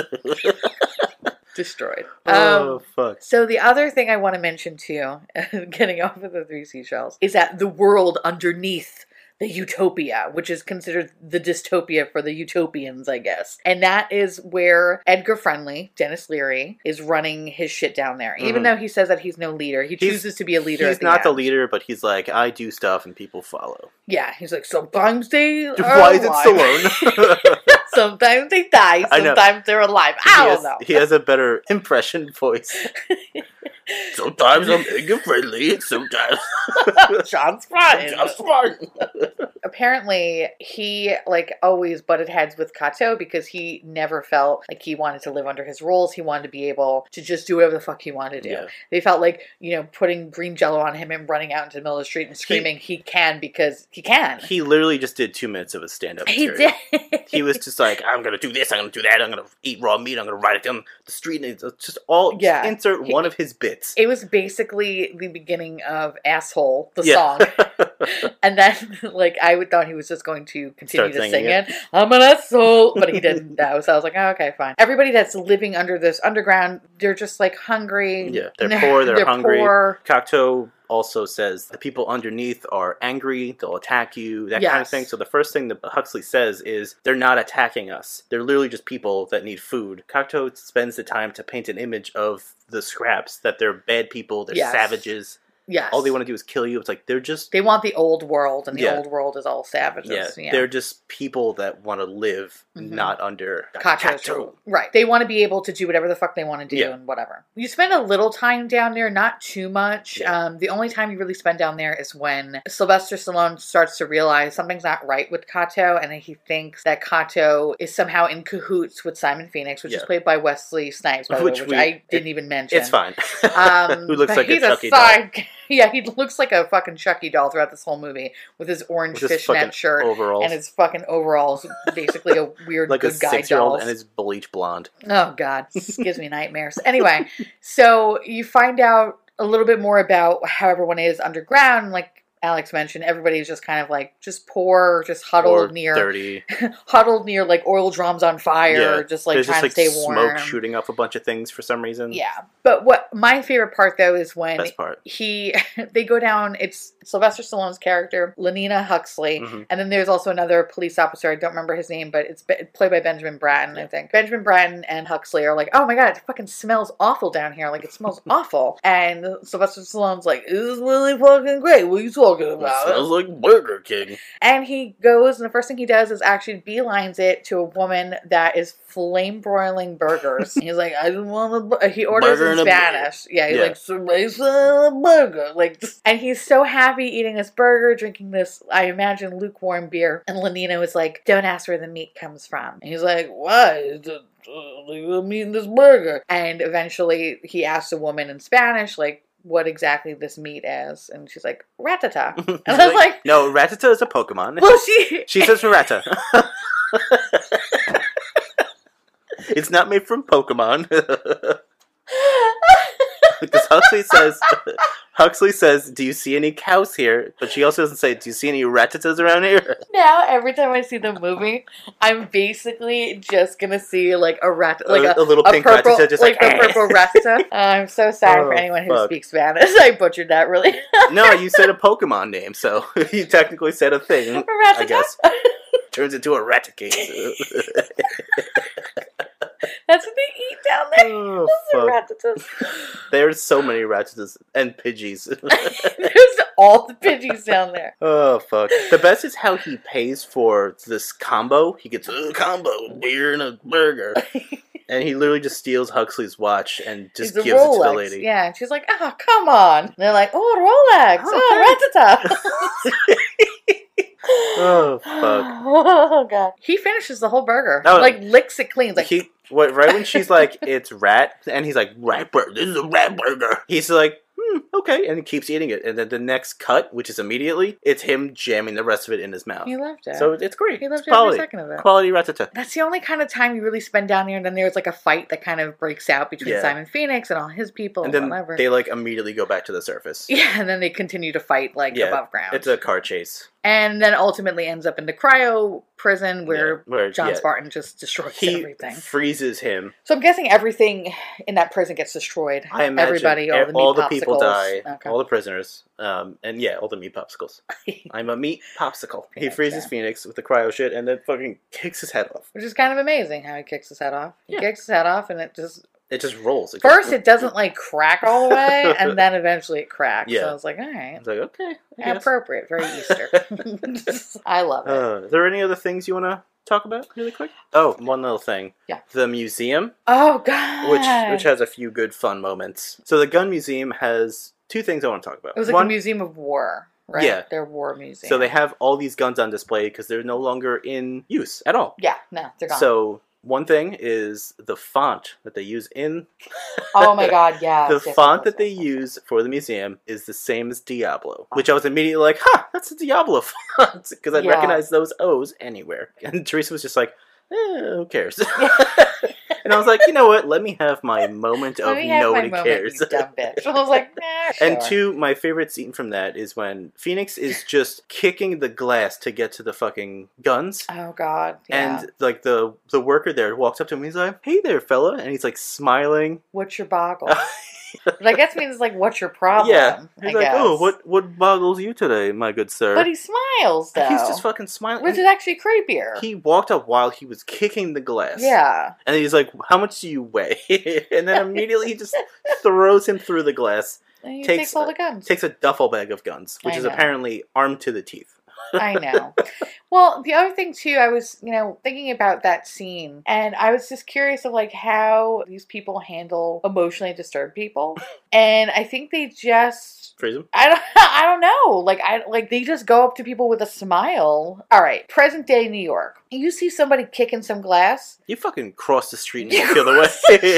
Destroyed.
oh
Um,
fuck.
so the other thing I want to mention too, getting off of the three seashells, is that the world underneath the utopia, which is considered the dystopia for the utopians, I guess. And that is where Edgar Friendly, Dennis Leary, is running his shit down there. Even
Mhm.
though he says that he's no leader, he
He's-
chooses to be a leader.
He's
at the
not the
end.
leader, but he's like, I do stuff and people follow.
Yeah, he's like sometimes they are
Why is it
alive.
Stallone?
sometimes they die.
I know.
Sometimes they're alive. I
he,
don't
has,
know.
he has a better impression voice. sometimes I'm big and friendly, and sometimes
Sean Spotted.
I'm smart.
apparently he like always butted heads with Kato because he never felt like he wanted to live under his rules. He wanted to be able to just do whatever the fuck he wanted to do.
Yeah.
They felt like, you know, putting green jello on him and running out into the middle of the street and screaming he, can because he can. He,
He literally just did two minutes of his stand up.
did.
He was just like, I'm gonna do this, I'm gonna do that, I'm gonna eat raw meat, I'm gonna ride it down the street, and it's just all just
Yeah.
insert
He-
one of his bits.
It was basically the beginning of Asshole, the
Yeah.
song. And then, like, I would thought he was just going to continue
Start
to
singing
sing it. I'm an asshole, but he didn't know. So I was like, oh, okay, fine. Everybody that's living under this underground, they're just like hungry.
Yeah, they're poor, they're hungry.
poor.
Cocteau also says the people underneath are angry, they'll attack you, that kind of
Yes.
thing. So the first thing that Huxley says is they're not attacking us. They're literally just people that need food. Cocteau spends the time to paint an image of the scraps that they're bad people, they're
Yes.
savages.
Yes.
All they want to do is kill you. It's like they're just
They want the old world, and the
Yeah.
old world is all savages.
yeah,
Yeah.
they're just people that want to live
Mhm.
not under
Cockroach rule. Right. They want to be able to do whatever the fuck they want to do
Yeah.
and whatever. You spend a little time down there, not too much.
Yeah.
Um, the only time you really spend down there is when Sylvester Stallone starts to realize something's not right with Kato, and then he thinks that Kato is somehow in cahoots with Simon Phoenix, which is
Yeah.
played by Wesley Snipes, by the
Which
way, which
we-
I didn't even mention.
It's fine.
Um,
Who looks
but
like a
he's
Chucky doll
side- Yeah, he looks like a fucking Chucky doll throughout this whole movie with his orange
With his fucking
fishnet shirt
overall,
and his fucking overalls, basically a weird
like a
good guy
six year
doll.
old and his bleach blonde.
Oh God, this gives me nightmares. Anyway, so you find out a little bit more about how everyone is underground. Like Alex mentioned, everybody's just kind of like just poor, just huddled
or
near,
dirty.
huddled near like oil drums on fire,
Yeah,
just like
There's
trying
just like
to stay
smoke
warm.
shooting off a bunch of things for some reason.
Yeah, but what my favorite part though is when
best part.
he they go down. It's Sylvester Stallone's character, Lenina Huxley,
Mhm.
And then there's also another police officer. I don't remember his name, but it's be- played by Benjamin Bratton, I think. Benjamin Bratton and Huxley are like, oh my God, it fucking smells awful down here. Like, it smells awful. And Sylvester Stallone's like, this is really fucking great. What are you talking
It
about?
smells like Burger King.
And he goes, and the first thing he does is actually beelines it to a woman that is flame broiling burgers. he's like, I just want a. Bu-. He orders
Burger
in
and a beer.
Spanish. Yeah, he's
Yeah.
like, somebody sell a burger. Like, and he's so happy eating this burger, drinking this, I imagine, lukewarm beer. And Lenina was like, Don't ask where the meat comes from. And he's like, Why? It's a- I'm eating this burger. And eventually he asks a woman in Spanish, like, what exactly this meat is. And she's like, ratata.
And
I was like-
no, Ratata is a Pokemon.
Well, she
she says Ratata. it's not made from Pokemon. because Huxley says, Huxley says, "Do you see any cows here?" But she also doesn't say, "Do you see any Ratatas around here?"
now every time I see the movie, I'm basically just gonna see like a rat, like a,
little
a
pink
purple,
Ratata, just
like,
like, "Eh."
the purple ratata. Uh, I'm so sorry for
Oh,
anyone who
fuck.
speaks Spanish. I butchered that really.
no, you said a Pokemon name, so you technically said a thing. I
ratata.
guess turns into a Raticate.
That's what they eat down there.
oh, fuck.
Ratatas.
There's so many Ratatas and Pidgeys.
There's all the pigeons down there.
oh fuck. The best is how he pays for this combo. He gets a combo beer and a burger, and he literally just steals Huxley's watch and just
It's a
gives it to the
Rolex.
lady.
Yeah, and she's like, "Oh, come on!" And they're like, "Oh, Rolex!
Oh,
Oh, ratata!"
Oh fuck.
Oh god! He finishes the whole burger,
Oh.
like licks it clean. He's Like,
he what right when she's like it's rat and he's like rat burger this is a rat burger he's like hmm, okay and he keeps eating it and then the next cut which is immediately it's him jamming the rest of it in his mouth
he loved it.
so it's great
he
it's
loved every
quality
second of it.
quality ratata
That's the only kind of time you really spend down there. And then there's like a fight that kind of breaks out between
Yeah.
Simon Phoenix and all his people
and
and,
then
whatever.
they like immediately go back to the surface
yeah, and then they continue to fight like
Yeah,
above ground.
it's a car chase
and then ultimately ends up in the cryo prison
Yeah,
where
where
John
yeah,
Spartan just destroys
he
everything.
freezes him
So I'm guessing everything in that prison gets destroyed.
i imagine e,
Everybody, all the, meat
people die
popsicles. Okay.
all the prisoners um and yeah all the meat popsicles i'm a meat popsicle he
Gotcha.
freezes phoenix with the cryo shit and then fucking kicks his head off
Which is kind of amazing how he kicks his head off. He
Yeah.
kicks his head off and it just
It just rolls. It
first
goes-
it doesn't like crack all the way and then eventually it cracks. So
Yeah.
I was like, all right.
it's like okay. I guess.
Appropriate, very Easter. I love it.
Uh, are there any other things you want to talk about really quick? Oh, one little thing.
Yeah.
The museum,
oh god,
which which has a few good fun moments. So the gun museum has two things I want to talk about.
it was like
one,
a museum of war, right?
Yeah.
They're war museum.
So they have all these guns on display because they're no longer in use at all.
Yeah, no, they're gone.
So one thing is the font that they use in
oh my god, yeah.
the
yes,
font
yes,
that they
yes,
use for the museum is the same as Diablo, which I was immediately like, "Huh, that's a Diablo font," because I
Yeah.
recognize those O's anywhere. And Teresa was just like, eh, "Who cares?" and I was like, "You know what? Let me have my moment
Let
of
me have
nobody
my moment,
cares."
You dumb bitch. I was like, nah,
And
sure.
two, my favorite scene from that is when Phoenix is just kicking the glass to get to the fucking guns.
Oh god. Yeah.
And like the the worker there walks up to him and he's like, Hey there, fella and he's like smiling.
what's your boggle? Which I guess means like what's your problem?
Yeah. He's
I
like,
guess.
Oh, what what boggles you today, my good sir?
But he smiles though.
And he's just fucking smiling.
which is
And
actually creepier.
He walked up while he was kicking the glass.
yeah.
And he's like, How much do you weigh? and then immediately he just throws him through the glass,
And he
Takes-
takes all the guns.
takes a duffel bag of guns, which
I
is
know.
apparently armed to the teeth.
I know. Well, the other thing too, I was, you know, thinking about that scene and I was just curious of like how these people handle emotionally disturbed people. And I think they just
Freeze him?
I don't I don't know. Like I like they just go up to people with a smile. All right, present day New York. You see somebody kicking some glass,
You fucking cross the street and
You
walk the other way.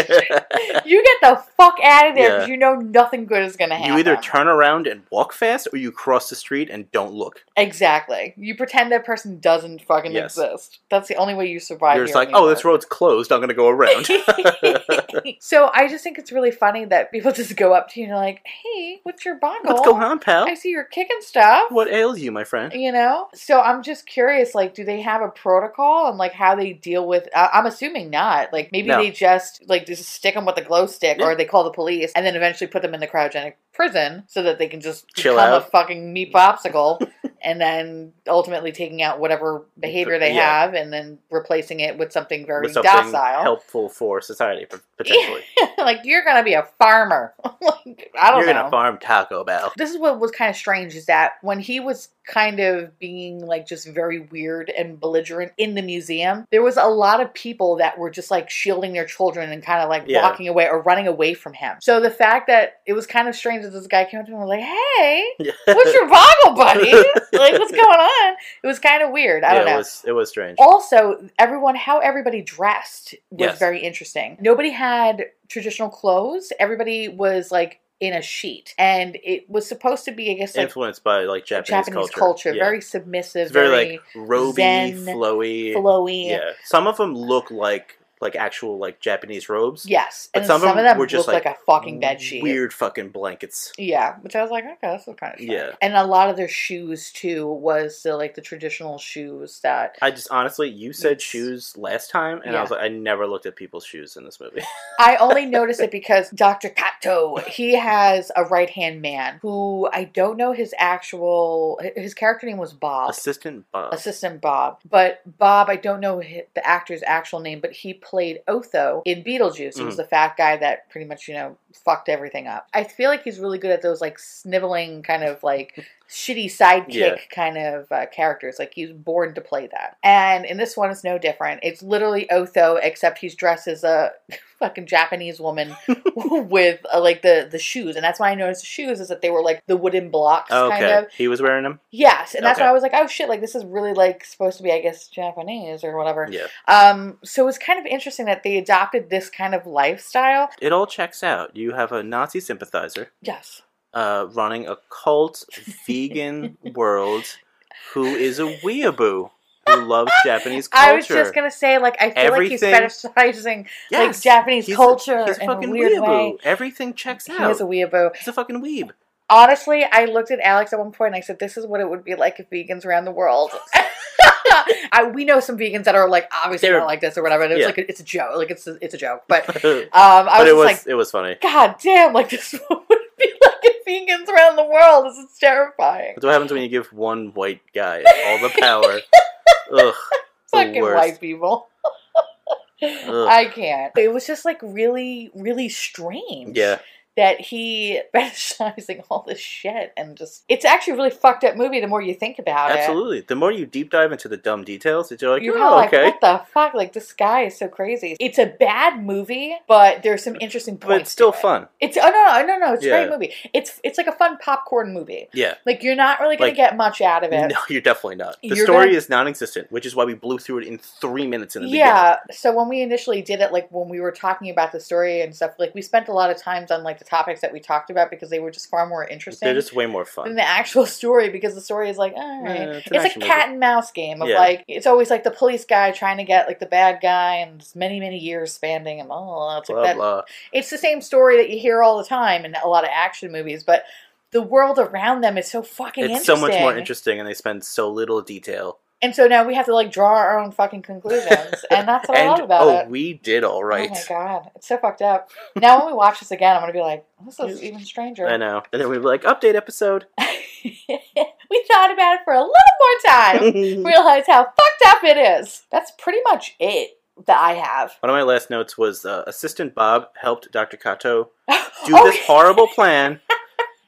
you get the fuck out of there
Yeah.
because you know nothing good is gonna happen.
You either turn around and walk fast, or you cross the street and don't look.
Exactly. You pretend that person doesn't fucking
Yes.
exist. That's the only way you survive. here
You're just
in
like,
New
oh,
York."
this road's closed. I'm gonna go around.
so I just think it's really funny that people just go up to you and are like, "Hey, what's your boggle?
What's going on, pal?
I see you're kicking stuff."
What ails you, my friend?
You know, so I'm just curious. Like, do they have a protocol and like how they deal with? I I'm assuming not. Like, maybe
No.
they just like just stick them with a glow stick,
Yeah.
or they call the police and then eventually put them in the cryogenic prison so that they can just
Chill
become a
out.
fucking meat popsicle, and then ultimately taking out whatever behavior they
Yeah.
have and then replacing it with something very
With something
docile.
helpful for society, p- potentially.
like you're gonna be a farmer. like I don't
You're
know.
gonna farm Taco Bell.
this is what was kind of strange is that when he was kind of being like just very weird and belligerent in the museum, there was a lot of people that were just like shielding their children and kind of like
Yeah.
walking away or running away from him. So the fact that it was kind of strange that this guy came up to him and was like, "Hey, what's your boggle, buddy? like, what's going on?" It was kind of weird. I don't
Yeah,
know.
It was, it was strange.
Also, everyone, how everybody dressed was
Yes.
very interesting. Nobody had traditional clothes. Everybody was like in a sheet, and it was supposed to be, I guess, like
Influenced by like Japanese,
Japanese
culture.
culture,
Yeah.
very submissive,
it's very,
very,
like roby,
zen,
flowy.
flowy.
Yeah, some of them look like like actual like Japanese robes.
Yes,
But
and
some
some,
of
of
them
them
were just,
looked like, a fucking bed sheet.
Weird fucking blankets.
Yeah, which I was like, okay, this is kind of
Yeah.
And a lot of their shoes too was the, like the traditional shoes that
I just honestly, you said
It's-
shoes last time, and I
Yeah.
was like, I never looked at people's shoes in this movie.
I only noticed it because Dr. Kato, he has a right hand man who I don't know his actual, his character name was Bob.
Assistant Bob.
Assistant Bob, but Bob, I don't know hi- the actor's actual name, but he played Otho in Beetlejuice. He was
Mhm.
the fat guy that pretty much, you know, fucked everything up. I feel like he's really good at those like sniveling kind of like shitty sidekick
Yeah.
kind of uh, characters. Like he's born to play that. And in this one, it's no different. It's literally Otho, except he's dressed as a fucking Japanese woman with uh, like the the shoes, and that's why I noticed the shoes is that they were like the wooden blocks
okay,
kind of.
he was wearing them.
Yes, and that's
Okay.
why I was like, oh shit, like this is really like supposed to be, I guess, Japanese or whatever.
Yeah,
Um, so it's kind of interesting that they adopted this kind of lifestyle.
it all checks out. You have a Nazi sympathizer
Yes.
uh, running a cult vegan world who is a weeaboo who loves Japanese culture.
I was just gonna say, like, I feel
Everything-
like he's fetishizing like
Yes,
Japanese
he's a-
culture
he's
in a weird way.
Everything checks
He
out.
is a weeaboo.
he's a fucking weeb.
Honestly, I looked at Alex at one point and I said, "This is what it would be like if vegans around the world." I, we know some vegans that are like obviously
They're-
not like this or whatever. and It's
yeah.
like a, it's a joke, like it's a, it's a joke. But um,
but it
I was, just
was
like,
it was funny.
God damn, like this would be like if vegans around the world. This is terrifying.
That's what happens when you give one white guy all the power. Ugh, the
Fucking
worst.
white people.
Ugh.
I can't. It was just like really, really strange.
Yeah,
that he fetishizing all this shit and just it's actually a really fucked up movie the more you think about it.
Absolutely. The more you deep dive into the dumb details, it's like,
You're
oh,
like,
okay.
what the fuck? Like this guy is so crazy. It's a bad movie, but there's some interesting points.
but it's still
to it.
fun.
It's oh no no no no! It's a
Yeah.
great movie. It's it's like a fun popcorn movie.
Yeah.
Like you're not really gonna
Like-
get much out of it.
No, you're definitely not. The
You're
story
gonna-
is non-existent, which is why we blew through it in three minutes in the beginning.
Yeah. So when we initially did it, like when we were talking about the story and stuff, like we spent a lot of times on like the topics that we talked about because they were just far more
They're
interesting
just way more
than
fun.
the actual story because the story is like, all right.
Eh, an
it's like
action
cat and mouse game of
Yeah.
like it's always like the police guy trying to get like the bad guy and it's many many years spanning and all it's
movie.
like
Blah,
that
blah.
it's the same story that you hear all the time in a lot of action movies but the world around them is so fucking
It's
interesting
so much more interesting, and they spend so little detail.
and so now we have to like draw our own fucking conclusions and that's what I love
And
about
oh,
it
we did all right.
Oh my god, it's so fucked up. Now when we watch this again, I'm gonna be like, this is even stranger.
I know. And then we were like, update episode.
we thought about it for a little more time,
One
realize how fucked up it is. That's pretty much it that I have.
of my last notes was uh, Assistant Bob helped Dr. Kato do
Oh,
this horrible plan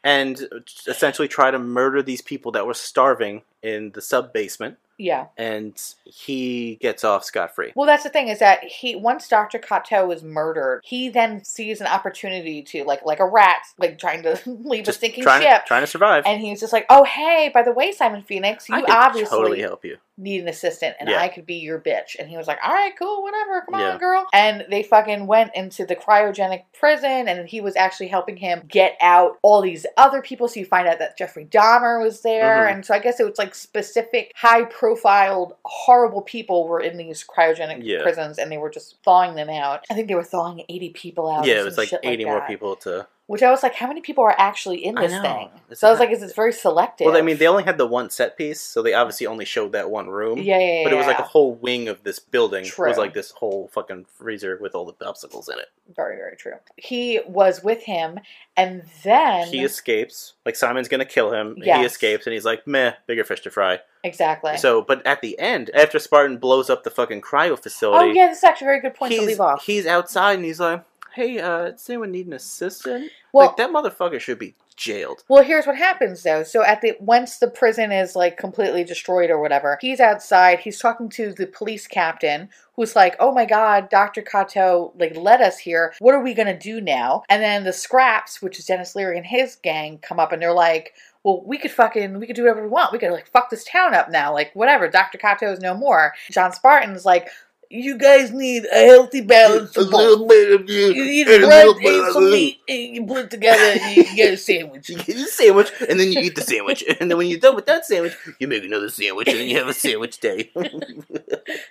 and essentially try to murder these people that were starving in the sub basement.
yeah.
And he gets off scot free.
Well, that's the thing is that he once Dr. Kato is murdered, he then sees an opportunity to like like a rat, like trying to leave a
Just
sinking
trying,
ship.
trying to survive.
and he's just like, oh hey, by the way, Simon Phoenix, you
I could
obviously
totally help you.
need an assistant and
Yeah.
I could be your bitch. And he was like, all right, cool, whatever. Come
Yeah.
on, girl. And they fucking went into the cryogenic prison and he was actually helping him get out all these other people. So you find out that Jeffrey Dahmer was there.
Mhm.
And so I guess it was like specific high profiled, horrible people were in these cryogenic
Yeah.
prisons and they were just thawing them out. I think they were thawing 80 people out.
Yeah,
or
it was
Oh, some
like
shit
80 more
that.
people to.
Which I was like, how many people are actually in
I
this
know.
thing?
It's
so I was
not-
like, is this very selective?
Well, I mean, they only had the one set piece, so they obviously only showed that one room.
yeah, yeah, yeah.
But it was like a
yeah.
whole wing of this building
True.
was like this whole fucking freezer with all the obstacles in it.
Very, very true. He was with him, and then
he escapes. Like Simon's gonna kill him. He
Yes.
escapes, and he's like, "Meh, bigger fish to fry."
exactly.
So, but at the end, after Spartan blows up the fucking cryo
oh
facility,
yeah, this is actually a very good point
he's
to leave off.
he's outside and he's like, "Hey, uh, does anyone need an assistant?"
Well,
like that motherfucker should be jailed.
well, here's what happens though. So at the once the prison is like completely destroyed or whatever, he's outside. He's talking to the police captain, who's like, "Oh my God, Doctor Kato like led us here. What are we gonna do now?" And then the scraps, which is Dennis Leary and his gang, come up and they're like. Well, we could fucking we could do whatever we want. We could like fuck this town up now, like whatever. Doctor Kato is no more. John Spartan's like, you guys need a healthy balance. of both.
bit of
You eat bread, eat some meat, and you put it together, and you get a sandwich.
You get a sandwich, and then you eat the sandwich, and then when you're done with that sandwich, you make another sandwich, and then you have a sandwich day.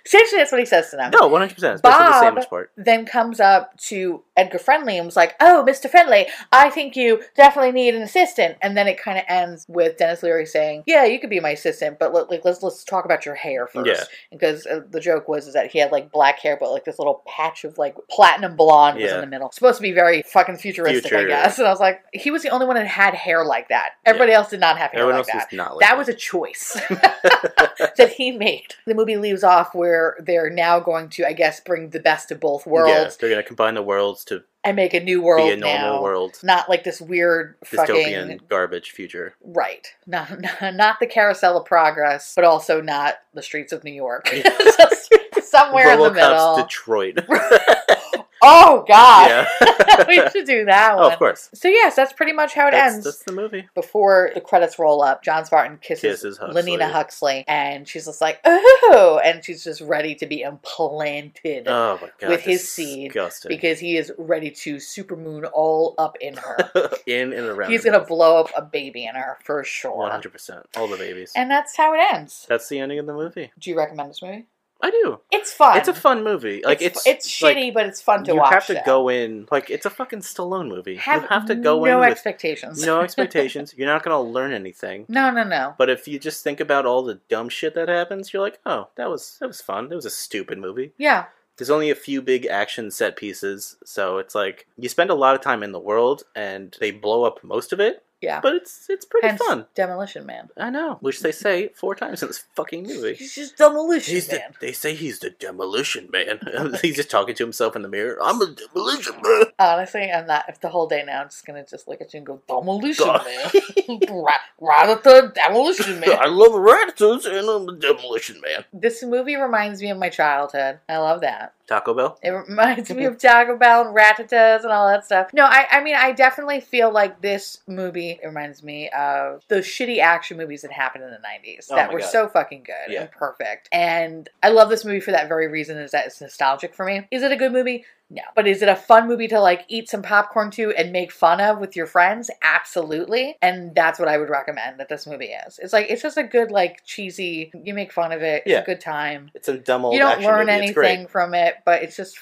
Essentially, that's what he says to them.
no, one hundred percent. Especially the
Bob- Oh
sandwich part.
Then comes up to Edgar Friendly and was like, "Oh, Mr. Friendly, I think you definitely need an assistant." And then it kind of ends with Dennis Leary saying, "Yeah, you could be my assistant, but let, like, let's let's talk about your hair first.
Yeah.
because uh, the joke was is that he had like black hair, but like this little patch of like platinum blonde was
Yeah.
in the middle. Supposed to be very fucking futuristic, I
Future.
guess. And I was like, he was the only one that had hair like that. Everybody else did not have hair
Everyone
like
else
that.
is not like
that was a choice that he made. The movie leaves off where they're now going to, I guess, bring the best of both worlds
Yeah, they're gonna combine the worlds to
and make a new world
be a normal
now.
world,
Not like this weird
dystopian
fucking
garbage future.
right. Not, not not the carousel of progress, but also not the streets of New York. Just Somewhere in the middle.
Robocop's Detroit.
oh God,
yeah.
we should do that
oh,
one.
of course.
so yes, that's pretty much how it
That's,
ends.
that's the movie.
before the credits roll up, John Spartan kisses,
Kisses Huxley.
Lenina Huxley, and she's just like, "Oh!" And she's just ready to be implanted
Oh my god.
With his seed,
Disgusting.
because he is ready to supermoon all up in her.
in and around.
He's gonna blow up a baby in her for
One
sure.
hundred percent. All the babies.
And that's how it ends.
that's the ending of the movie.
Do you recommend this movie?
I do.
It's fun.
It's a fun movie. Like it's
it's, it's
like,
shitty, but it's fun to
you
watch.
have to
though.
go in like it's a fucking Stallone movie.
Have,
you have to go
no
in with
expectations.
no expectations. You're not gonna learn anything.
no, no, no.
But if you just think about all the dumb shit that happens, you're like, oh, that was that was fun. It was a stupid movie.
Yeah,
There's only a few big action set pieces, so it's like you spend a lot of time in the world and they blow up most of it.
Yeah.
But it's it's pretty
Hence,
fun.
Demolition Man.
I know, which they say four times in this fucking movie.
He's just Demolition
He's the,
Man.
they say he's the demolition man. he's just talking to himself in the mirror. I'm a demolition man.
Honestly, I'm not. If the whole day now, I'm just gonna just look at you and go Demolition
Duh.
Man. Ra- Rather the Demolition Man.
I love ratitudes and I'm a demolition man.
This movie reminds me of my childhood. I love that.
Taco Bell.
It reminds me of Taco Bell and Ratatas and all that stuff. No, I, I mean, I definitely feel like this movie reminds me of those shitty action movies that happened in the 90s
Oh
that
my
were
God.
so fucking good
Yeah.
and perfect. And I love this movie for that very reason is that it's nostalgic for me. Is it a good movie? No. But is it a fun movie to like eat some popcorn to and make fun of with your friends? Absolutely. And that's what I would recommend that this movie is. It's like, it's just a good, like, cheesy, you make fun of it. It's
Yeah.
a good time
It's a dumb old
you don't
action
learn
movie. It's great.
anything from it, but it's just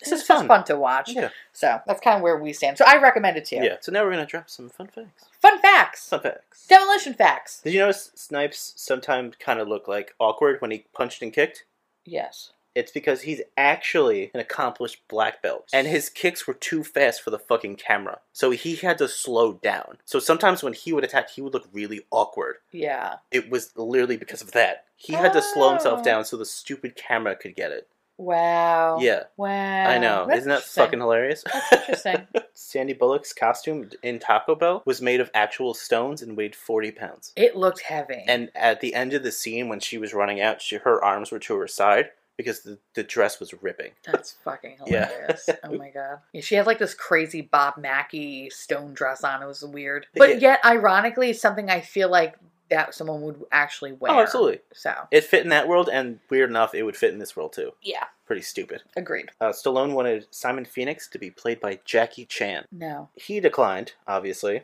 it's,
It's just
just fun.
fun.
to watch.
Yeah.
So that's kind of where we stand. So I recommend it to you.
yeah. So now we're gonna drop some fun facts.
Fun facts,
Fun facts.
demolition facts.
Did you notice Snipes sometimes kind of look like awkward when he punched and kicked?
Yes.
It's because he's actually an accomplished black belt, and his kicks were too fast for the fucking camera, so he had to slow down. So sometimes when he would attack, he would look really awkward.
Yeah.
It was literally because of that. He had to slow
Oh. Oh,
himself down so the stupid camera could get it.
Wow.
Yeah,
Wow.
I know.
That's
Isn't that
interesting.
fucking hilarious?
That's interesting.
Sandy Bullock's costume in Taco Bell was made of actual stones and weighed 40 pounds.
it looked heavy.
And at the end of the scene, when she was running out, she, her arms were to her side because the, the dress was ripping.
that's fucking
Yeah.
hilarious. oh my god. Yeah, she had like this crazy Bob Mackie stone dress on. It was weird, but
Yeah.
yet ironically, it's something I feel like that someone would actually wear.
Oh, absolutely.
So
It fit in that world, and weird enough, it would fit in this world too.
yeah,
Pretty stupid.
agreed.
Uh, Stallone wanted Simon Phoenix to be played by Jackie Chan.
No,
He declined, obviously.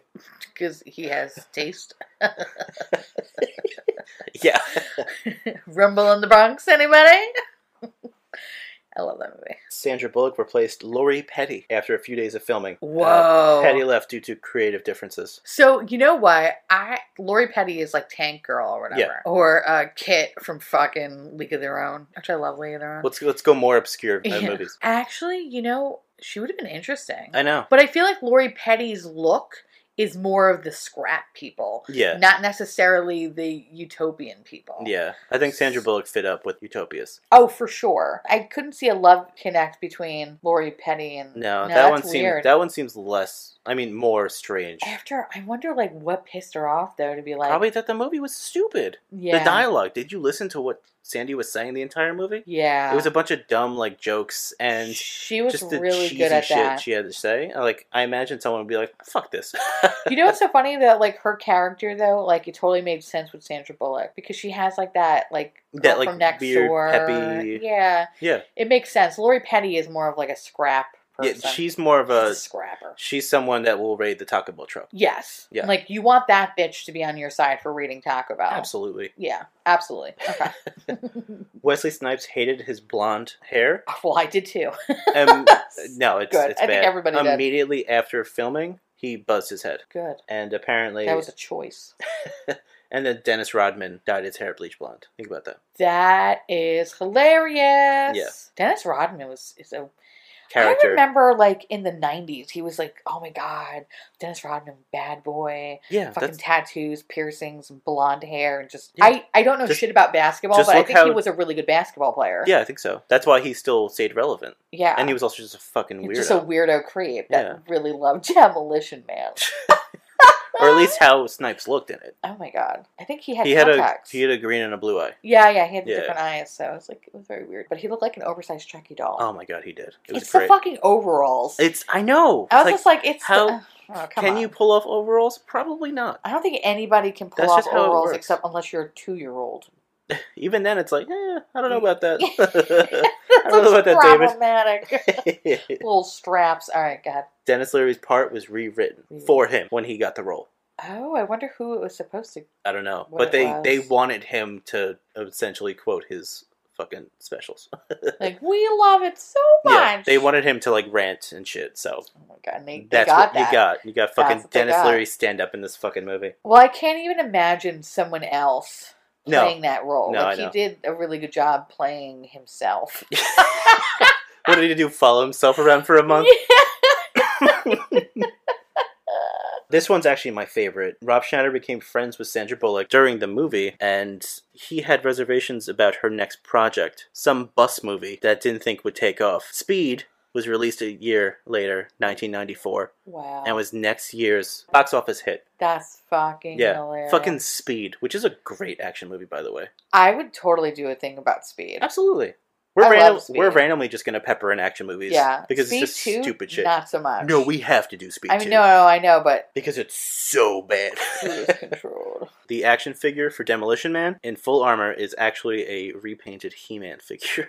because he has taste.
Yeah.
Rumble in the Bronx, anybody? I love that movie.
Sandra Bullock replaced Lori Petty after a few days of filming. Uh,
Whoa.
Petty left due to creative differences.
so you know what? I Lori Petty is like Tank Girl or whatever,
Yeah.
or uh, Kit from fucking League of Their Own, which I love League of Their Own.
Let's let's go more obscure uh,
Yeah.
movies.
Actually, you know, she would have been interesting,
I know.
but I feel like Lori Petty's look is more of the scrap people,
Yeah.
not necessarily the utopian people.
Yeah. I think Sandra Bullock fit up with Utopias.
Oh, for sure. I couldn't see a love connect between Lori Petty and
No, that
that's
one seems
weird.
that one seems less I mean more strange.
After I wonder like what pissed her off though to be like
Probably that the movie was stupid.
yeah
The dialogue. Did you listen to what Sandy was saying the entire movie?
yeah
It was a bunch of dumb like jokes and
she was
just the
really
cheesy
good at
shit
that.
she had to say. Like I imagine someone would be like, "Fuck this."
you know what's so funny that like her character though like it totally made sense with Sandra Bullock because she has like that like
That,
girl
like,
from next
weird,
door
peppy-
yeah
yeah,
it makes sense. Lori Petty is more of like a scrap
yeah.
person.
She's more of
She's a
a
scrapper.
she's someone that will raid the Taco Bell truck.
Yes,
Yeah.
like you want that bitch to be on your side for reading Taco Bell.
Absolutely.
Yeah, absolutely. Okay.
Wesley Snipes hated his blonde hair.
well, I did too.
Um, no, it's
Good.
it's
I
bad.
think everybody did.
Immediately after filming, he buzzed his head,
Good.
and apparently,
That was a choice.
and then Dennis Rodman dyed his hair bleach blonde. Think about that.
That is hilarious. Dennis Rodman was is a I
Character.
remember like in the nineties he was like, Oh my god, Dennis Rodman, bad boy,
yeah,
fucking
that's,
tattoos, piercings, and blonde hair and just
Yeah.
I, I don't know
Just-
shit about basketball,
just
but I
look
think he
how-
was a really good basketball player.
yeah, I think so. That's why he still stayed relevant,
Yeah.
and he was also just a fucking
He's
weirdo,
just a weirdo creep that
Yeah.
really loved Demolition Man.
or at least how Snipes looked in it.
Oh my god. I think he had
He had a
contacts.
he had a green and a blue eye.
yeah, yeah, he had the
Yeah.
different eyes, so it was like it was very weird. But he looked like an oversized Trekkie doll.
Oh my god, he did. It was
it's the
great.
fucking overalls.
it's I know.
I was
It's like,
just like, it's
how
the, oh, come
can
on.
you pull off overalls? Probably not.
I don't think anybody can pull
That's
off
just how it
overalls
works.
except unless you're a two year old.
Even then, it's like, eh, I don't know about that. I don't know about that,
problematic.
David.
Little straps. All right, God.
Dennis Leary's part was rewritten
Rewritten.
for him when he got the role.
Oh, I wonder who it was supposed to.
I don't know,
What it
but they
was.
they wanted him to essentially quote his fucking specials.
Like, we love it so much.
yeah, they wanted him to like rant and shit. So
Oh my God, and they, they
that's
got
what
that.
you got. You got
That's
fucking
what they
Dennis
got.
Leary stand up in this fucking movie.
Well, I can't even imagine someone else
No.
playing that role.
No,
like
I
he
know.
did a really good job playing himself.
What did he do? Follow himself around for a month? This one's actually my favorite. Rob Schneider became friends with Sandra Bullock during the movie, and he had reservations about her next project, some bus movie that didn't think would take off. Speed was released a year later, 1994,
Wow.
and was next year's box office hit.
That's fucking
Yeah.
hilarious.
Fucking Speed, which is a great action movie, by the way.
I would totally do a thing about speed.
Absolutely. We're,
I love
random,
Speed.
we're randomly just going to pepper in action movies.
Yeah.
Because
Speed
it's just
two,
stupid shit.
Not so much.
No, we have to do Speed
I mean,
2.
no, no, I know, but
Because it's so bad.
cruise control.
the action figure for Demolition Man in full armor is actually a repainted He Man figure.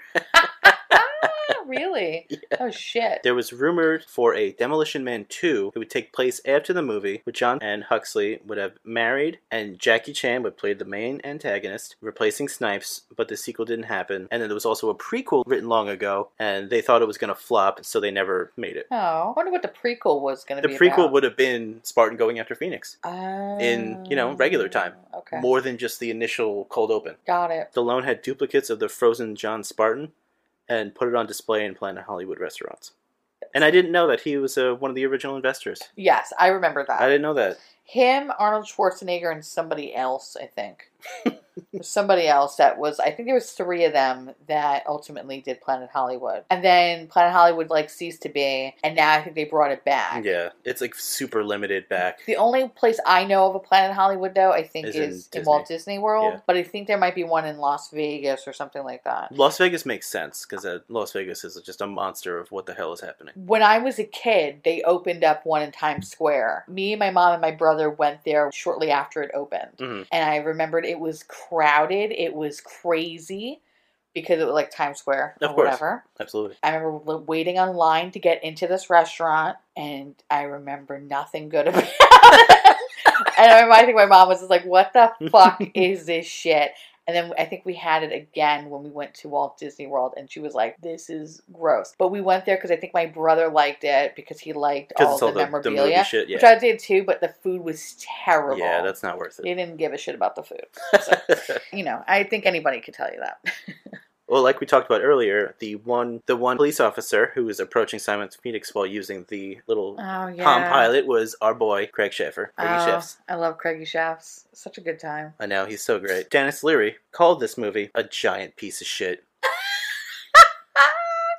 Ah, really? Oh shit.
there was rumored for a Demolition Man 2 that would take place after the movie, where John and Huxley would have married, and Jackie Chan would play the main antagonist, replacing Snipes, but the sequel didn't happen. And then there was also a prequel written long ago, and they thought it was going to flop, so they never made it.
Oh, I wonder what the prequel was going to
The
be.
prequel
about.
would have been Spartan going after Phoenix,
Oh.
in, you know, regular time.
Okay.
more than just the initial cold open.
Got it.
Stallone had duplicates of the frozen John Spartan and put it on display in Planet Hollywood restaurants. And I didn't know that he was uh, one of the original investors.
Yes, I remember that.
I didn't know that.
Him, Arnold Schwarzenegger, and somebody else, I think. There's somebody else that was I think there was three of them that ultimately did Planet Hollywood. And then Planet Hollywood like ceased to be and now I think they brought it back.
Yeah, it's like super limited back.
The only place I know of a Planet Hollywood though, I think
Is
is,
in
in,
Disney.
Walt Disney World.
Yeah.
But I think there might be one in Las Vegas or something like that.
Las Vegas makes sense because uh, Las Vegas is just a monster of what the hell is happening.
When I was a kid, they opened up one in Times Square. Me, my mom, and my brother went there shortly after it opened.
Mhm.
And I remembered it was crowded, it was crazy because it was like Times Square or
Of course.
whatever.
Absolutely.
I remember li- waiting online to get into this restaurant, and I remember nothing good about it. and I, remember, I think my mom was just like, "What the fuck is this shit?" And then I think we had it again when we went to Walt Disney World, and she was like, "This is gross." But we went there because I think my brother liked it because he liked
Because
all
it's
the
all the, the
memorabilia,
movie shit.
which
Yeah.
I did too. But the food was terrible.
Yeah, that's not worth it.
they didn't give a shit about the food. You know, I think anybody could tell you that.
Well, like we talked about earlier, the one the one police officer who was approaching Simon Phoenix while using the little
Oh yeah,
Palm Pilot was our boy Craig Schaefer. Craig
Oh,
Schaefs.
I love Craigie Shafts. Such a good time.
I know he's so great. Dennis Leary called this movie a giant piece of shit.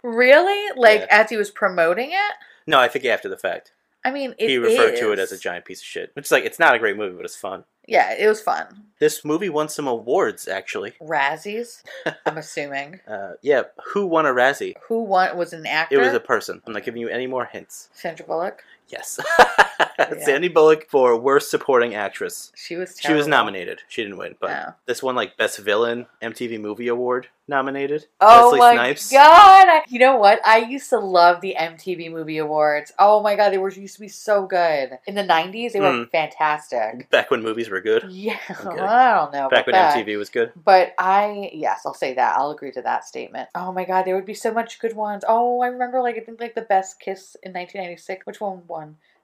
Really? Like
Yeah.
as he was promoting it?
No, I think after the fact
I mean, it
he referred to it
is.
as a giant piece of shit, which is like it's not a great movie, but it's fun.
Yeah, it was fun.
This movie won some awards actually.
Razzies, I'm assuming.
Uh, yeah, who won a Razzie?
Who won was an actor?
It was a person. I'm not giving you any more hints.
Sandra Bullock.
Yes, Sandy Bullock for worst supporting actress.
She was.
She was
terrible.
nominated. She didn't win, but
Oh.
this one like best villain MTV Movie Award nominated.
Oh
Wesley
my
Snipes.
god! I- you know what? I used to love the MTV Movie Awards. Oh my god, they were used to be so good in the '90s. They were
Mm.
fantastic.
Back when movies were good.
Yeah,
Okay.
I don't know. about
Back when
that.
MTV was good.
But I, yes, I'll say that. I'll agree to that statement. Oh my God, there would be so much good ones. Oh, I remember, like, I think, like, the best kiss in 1996. Which one won?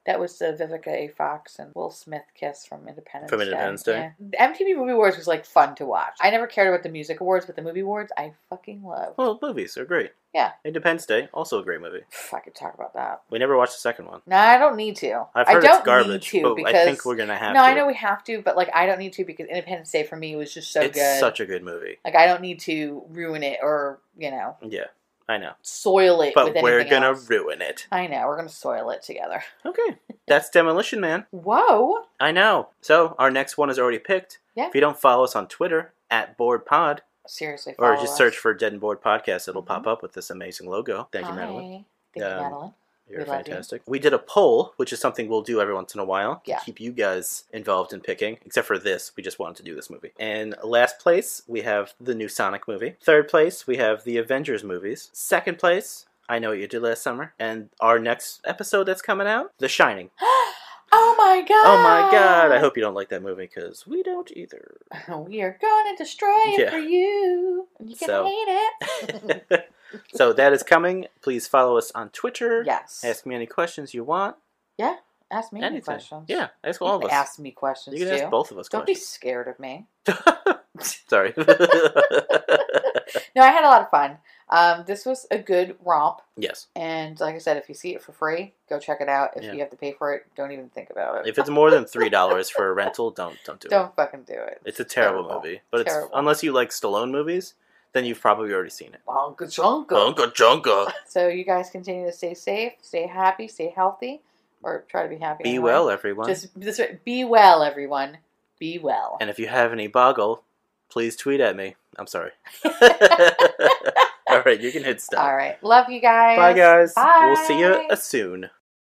That was the Vivica A. Fox and Will Smith kiss from Independence
From Independence Day.
Yeah. The MTV Movie Awards was, like, fun to watch. I never cared about the music awards, but the movie awards, I fucking love.
Well, movies are great.
Yeah.
Independence Day, also a great movie.
I could talk about that.
We never watched the second one.
No, I don't need to.
I've
I
heard
don't
it's garbage,
need to
but
because.
I think we're gonna have
no,
to.
I know we have to, but, like, I don't need to because Independence Day for me was just so
it's
good.
such a good movie.
like, I don't need to ruin it or, you know.
Yeah, I know.
soil it
But
with
we're
anything
gonna
else.
ruin it.
I know we're gonna soil it together.
Okay, that's Demolition Man.
Whoa!
I know. So our next one is already picked.
Yeah.
If you don't follow us on Twitter at Board Pod
Seriously,
or
follow
just
us.
search for Dead and Board Podcast, it'll
Mhm.
pop up with this amazing logo. Thank you,
Hi.
Madeline.
Thank
Um,
you, Madeline.
You're
We love you.
fantastic. We did a poll, which is something we'll do every once in a while to
Yeah.
keep you guys involved in picking. Except for this, we just wanted to do this movie. And last place, we have the new Sonic movie. Third place, we have the Avengers movies. Second place, I know what you did last summer. And our next episode that's coming out, The Shining.
oh my god!
Oh my god, I hope you don't like that movie because we don't either.
hope we are gonna destroy it
Yeah.
for you. And you can
So-
hate it.
so that is coming. Please follow us on Twitter.
yes. Ask,
Ask me any questions you want.
me any
Anything.
questions.
Yeah, ask
You
all of
can
us.
Ask me questions
you can
too.
ask both of us
Don't be
questions.
scared of me.
Sorry.
No, I had a lot of fun. Um, this was a good romp.
yes.
And like I said, if you see it for free, go check it out. If
Yeah.
you have to pay for it, don't even think about it.
If it's more than three dollars for a rental, don't don't do
don't fucking do it.
it. It's a terrible,
terrible.
movie, but it's
Terrible.
unless you like Stallone movies, then you've probably already seen it.
Wonka chonka.
Uncle Junka.
So you guys continue to stay safe, stay happy, stay healthy, or try to be happy.
Be
anyway.
well, everyone.
Just that's right. Be well, everyone. Be well.
And if you have any boggle, please tweet at me. I'm sorry. All right, you can hit stop. uh,
All right. Love you guys.
Bye, guys.
Bye.
We'll see you uh, soon.